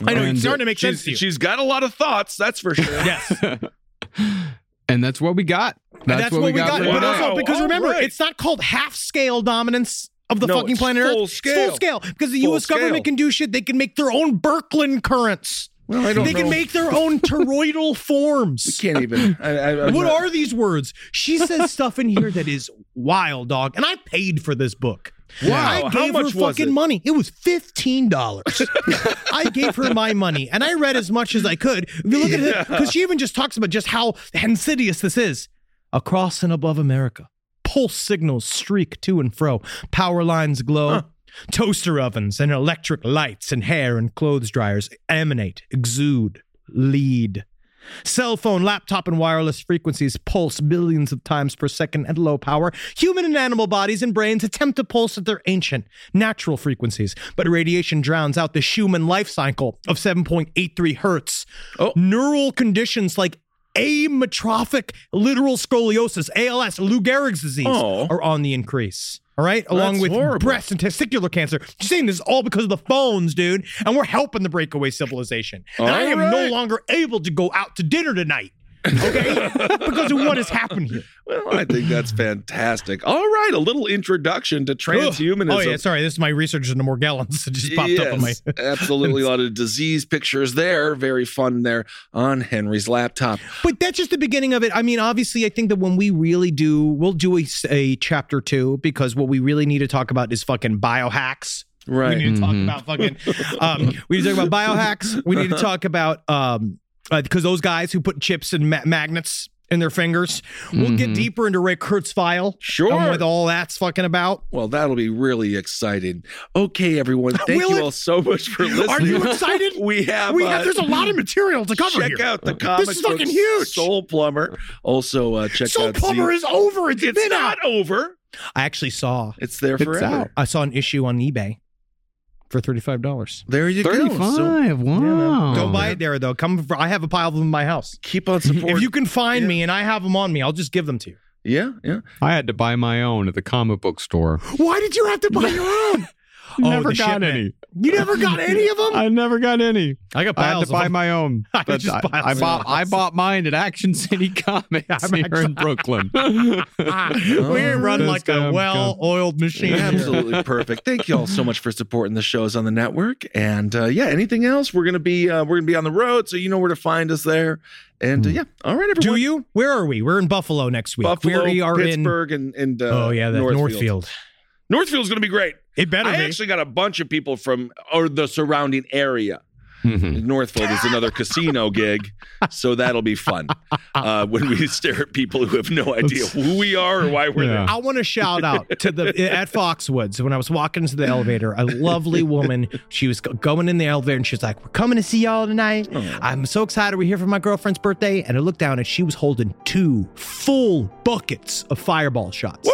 I know And it's starting to make sense to you. She's- she's got a lot of thoughts, that's for sure. yes. And that's what we got. That's, And that's what, we got. for But now. also, because all remember, right. it's not called half scale dominance of the No, fucking it's planet Earth. full It's scale. full scale. Because the Full US scale. government can do shit. They can make their own Birkeland currents. I don't they can know. make their own toroidal forms. We can't even. I, I, I'm what not- are these words? She says stuff in here that is wild, dog. And I paid for this book. I Wow, gave how much her was fucking it? money. It was fifteen dollars. I gave her my money, and I read as much as I could. If you look at it, because she even just talks about just how insidious this is. Across and above America, pulse signals streak to and fro. Power lines glow. Toaster ovens and electric lights and hair and clothes dryers emanate, exude, lead. Cell phone, laptop, and wireless frequencies pulse billions of times per second at low power. Human and animal bodies and brains attempt to pulse at their ancient, natural frequencies, but radiation drowns out the Schumann life cycle of 7.83 hertz. Oh. Neural conditions like ametrophic lateral scoliosis, ALS, Lou Gehrig's disease are on the increase. All right, along Oh. That's with horrible. breast and testicular cancer. Just saying this is all because of the phones, dude. And we're helping the breakaway civilization. And I am no Alright. longer able to go out to dinner tonight. Okay? because of what has happened here. Well, I think that's fantastic. All right, a little introduction to transhumanism. Oh, yeah, sorry. This is my research into Morgellons. It just popped up on my. Yes, absolutely a lot of disease pictures there. Very fun there on Henry's laptop. But that's just the beginning of it. I mean, obviously, I think that when we really do, we'll do a, s- a chapter two because what we really need to talk about is fucking biohacks. Right. We need to talk Mhm. about fucking. Um, we need to talk about biohacks. We need to talk about um, uh, because those guys who put chips and ma- magnets in their fingers. We'll get Mhm. deeper into Ray Kurzweil. Sure. And with all that's fucking about. Well, that'll be really exciting. Okay, everyone. Thank Will you it? all so much for listening. Are you excited? We have. We uh, have. There's a lot of material to cover Check here. out the comic This is book fucking huge. Soul Plumber. Also, uh, check Soul out. Plumber Z- is over. It's it's been not over. I actually saw. It's there It's forever. out. I saw an issue on eBay for thirty five dollars. There you go. So- wow. Don't buy it there though. Come, for, I have a pile of them in my house. Keep on supporting. If you can find me and I have them on me, I'll just give them to you. Yeah, yeah. I had to buy my own at the comic book store. Why did you have to buy your own? Oh, never the got shipment. any. You never got any of them. I never got any. I got I had piles to of buy them. my own. I but just I, buy I some. bought I bought mine at Action City Comics here in Brooklyn. Ah, we run like a well-oiled machine. here. Absolutely perfect. Thank you all so much for supporting the shows on the network. And uh, yeah, anything else? We're gonna be uh, we're gonna be on the road, so you know where to find us there. And uh, yeah, all right, everyone. Hmm. Do you? Where are we? We're in Buffalo next week. Buffalo, we are Pittsburgh, and and uh, in. Oh yeah, that Northfield. Northfield's gonna be great. It better I be. actually got a bunch of people from or the surrounding area. Mm-hmm. Northfield is another casino gig, so that'll be fun uh, when we stare at people who have no idea who we are or why we're there. I want to shout out to the at Foxwoods when I was walking into the elevator. A lovely woman. She was go- going in the elevator and she was like, "We're coming to see y'all tonight. I'm so excited. We're here for my girlfriend's birthday." And I looked down and she was holding two full buckets of fireball shots.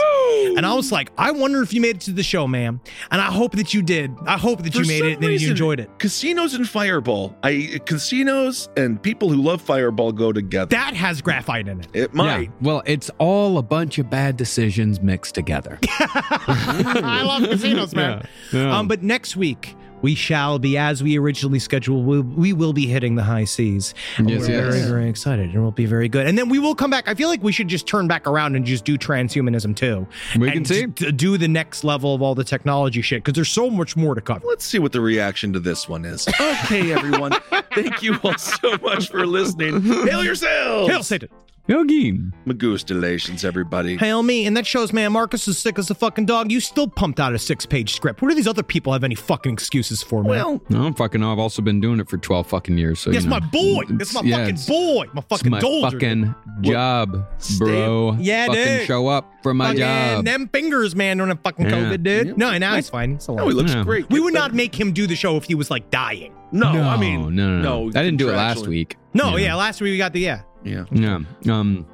And I was like, "I wonder if you made it to the show, ma'am. And I hope that you did. I hope that For you made some it and that you reason, enjoyed it." Casinos and Fireball. I casinos and people who love Fireball go together. That has graphite in it. it might. Well, it's all a bunch of bad decisions mixed together. I love casinos, man. Um, but next week we shall be, as we originally scheduled, we, we will be hitting the high seas. And Yes, we're yes. very, very excited, and we'll be very good. And then we will come back. I feel like we should just turn back around and just do transhumanism too. We and can see. d- do the next level of all the technology shit because there's so much more to cover. Let's see what the reaction to this one is. Okay, everyone. Thank you all so much for listening. Hail yourselves. Hail Satan. Yogin. Magustalations, everybody. Hail me, and that shows, man. Marcus is sick as a fucking dog. You still pumped out a six-page script. What do these other people have any fucking excuses for, man? Well, No, I'm fucking. I've also been doing it for twelve fucking years. So that's you know, my boy. That's it's- my yeah, fucking it's- boy. My it's fucking my dolger. fucking job, bro. Yeah, fucking dude. show up for my Fucking job. Them fingers, man, during a fucking Yeah. COVID, dude. No, now he's fine. He's alive. he looks Yeah. great. We would not make him do the show if he was like dying. No, no, I mean, no, no, no. no, I didn't do it last contractually. week. No, You yeah. Last week we got the yeah. Yeah. Yeah. Um,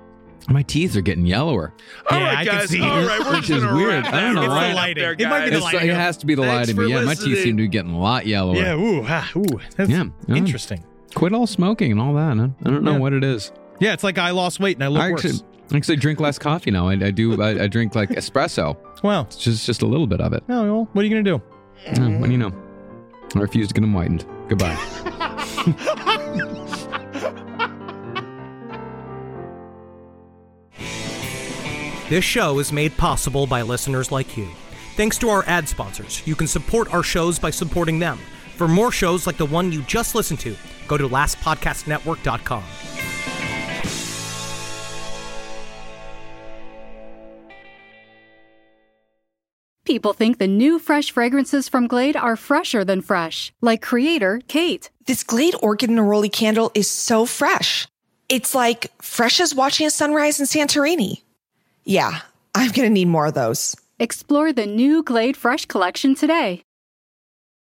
my teeth are getting yellower. All Yeah, right, I can guys. see All it. right, we're Which just is gonna weird. wrap I don't that know right why. up Lighting. there, It might be guys. the It's, lighting. it has to be the Thanks lighting, but for yeah, my teeth listening. seem to be getting a lot yellower. Yeah. Ooh. Ah, ooh. That's Yeah, yeah. Interesting. Quit all smoking and all that. I I don't know Yeah. what it is. Yeah, it's like I lost weight and I look I actually, worse. I actually drink less coffee now. I, I do. I, I drink like espresso. Wow. It's just just a little bit of it. No, well, what are you gonna do? Yeah, what do you know? I refuse to get them whitened. Goodbye. This show is made possible by listeners like you. Thanks to our ad sponsors, you can support our shows by supporting them. For more shows like the one you just listened to, go to lastpodcastnetwork.com. people think the new fresh fragrances from Glade are fresher than fresh, like creator Kate. This Glade Orchid and Neroli candle is so fresh. It's like fresh as watching a sunrise in Santorini. Yeah, I'm going to need more of those. Explore the new Glade Fresh collection today.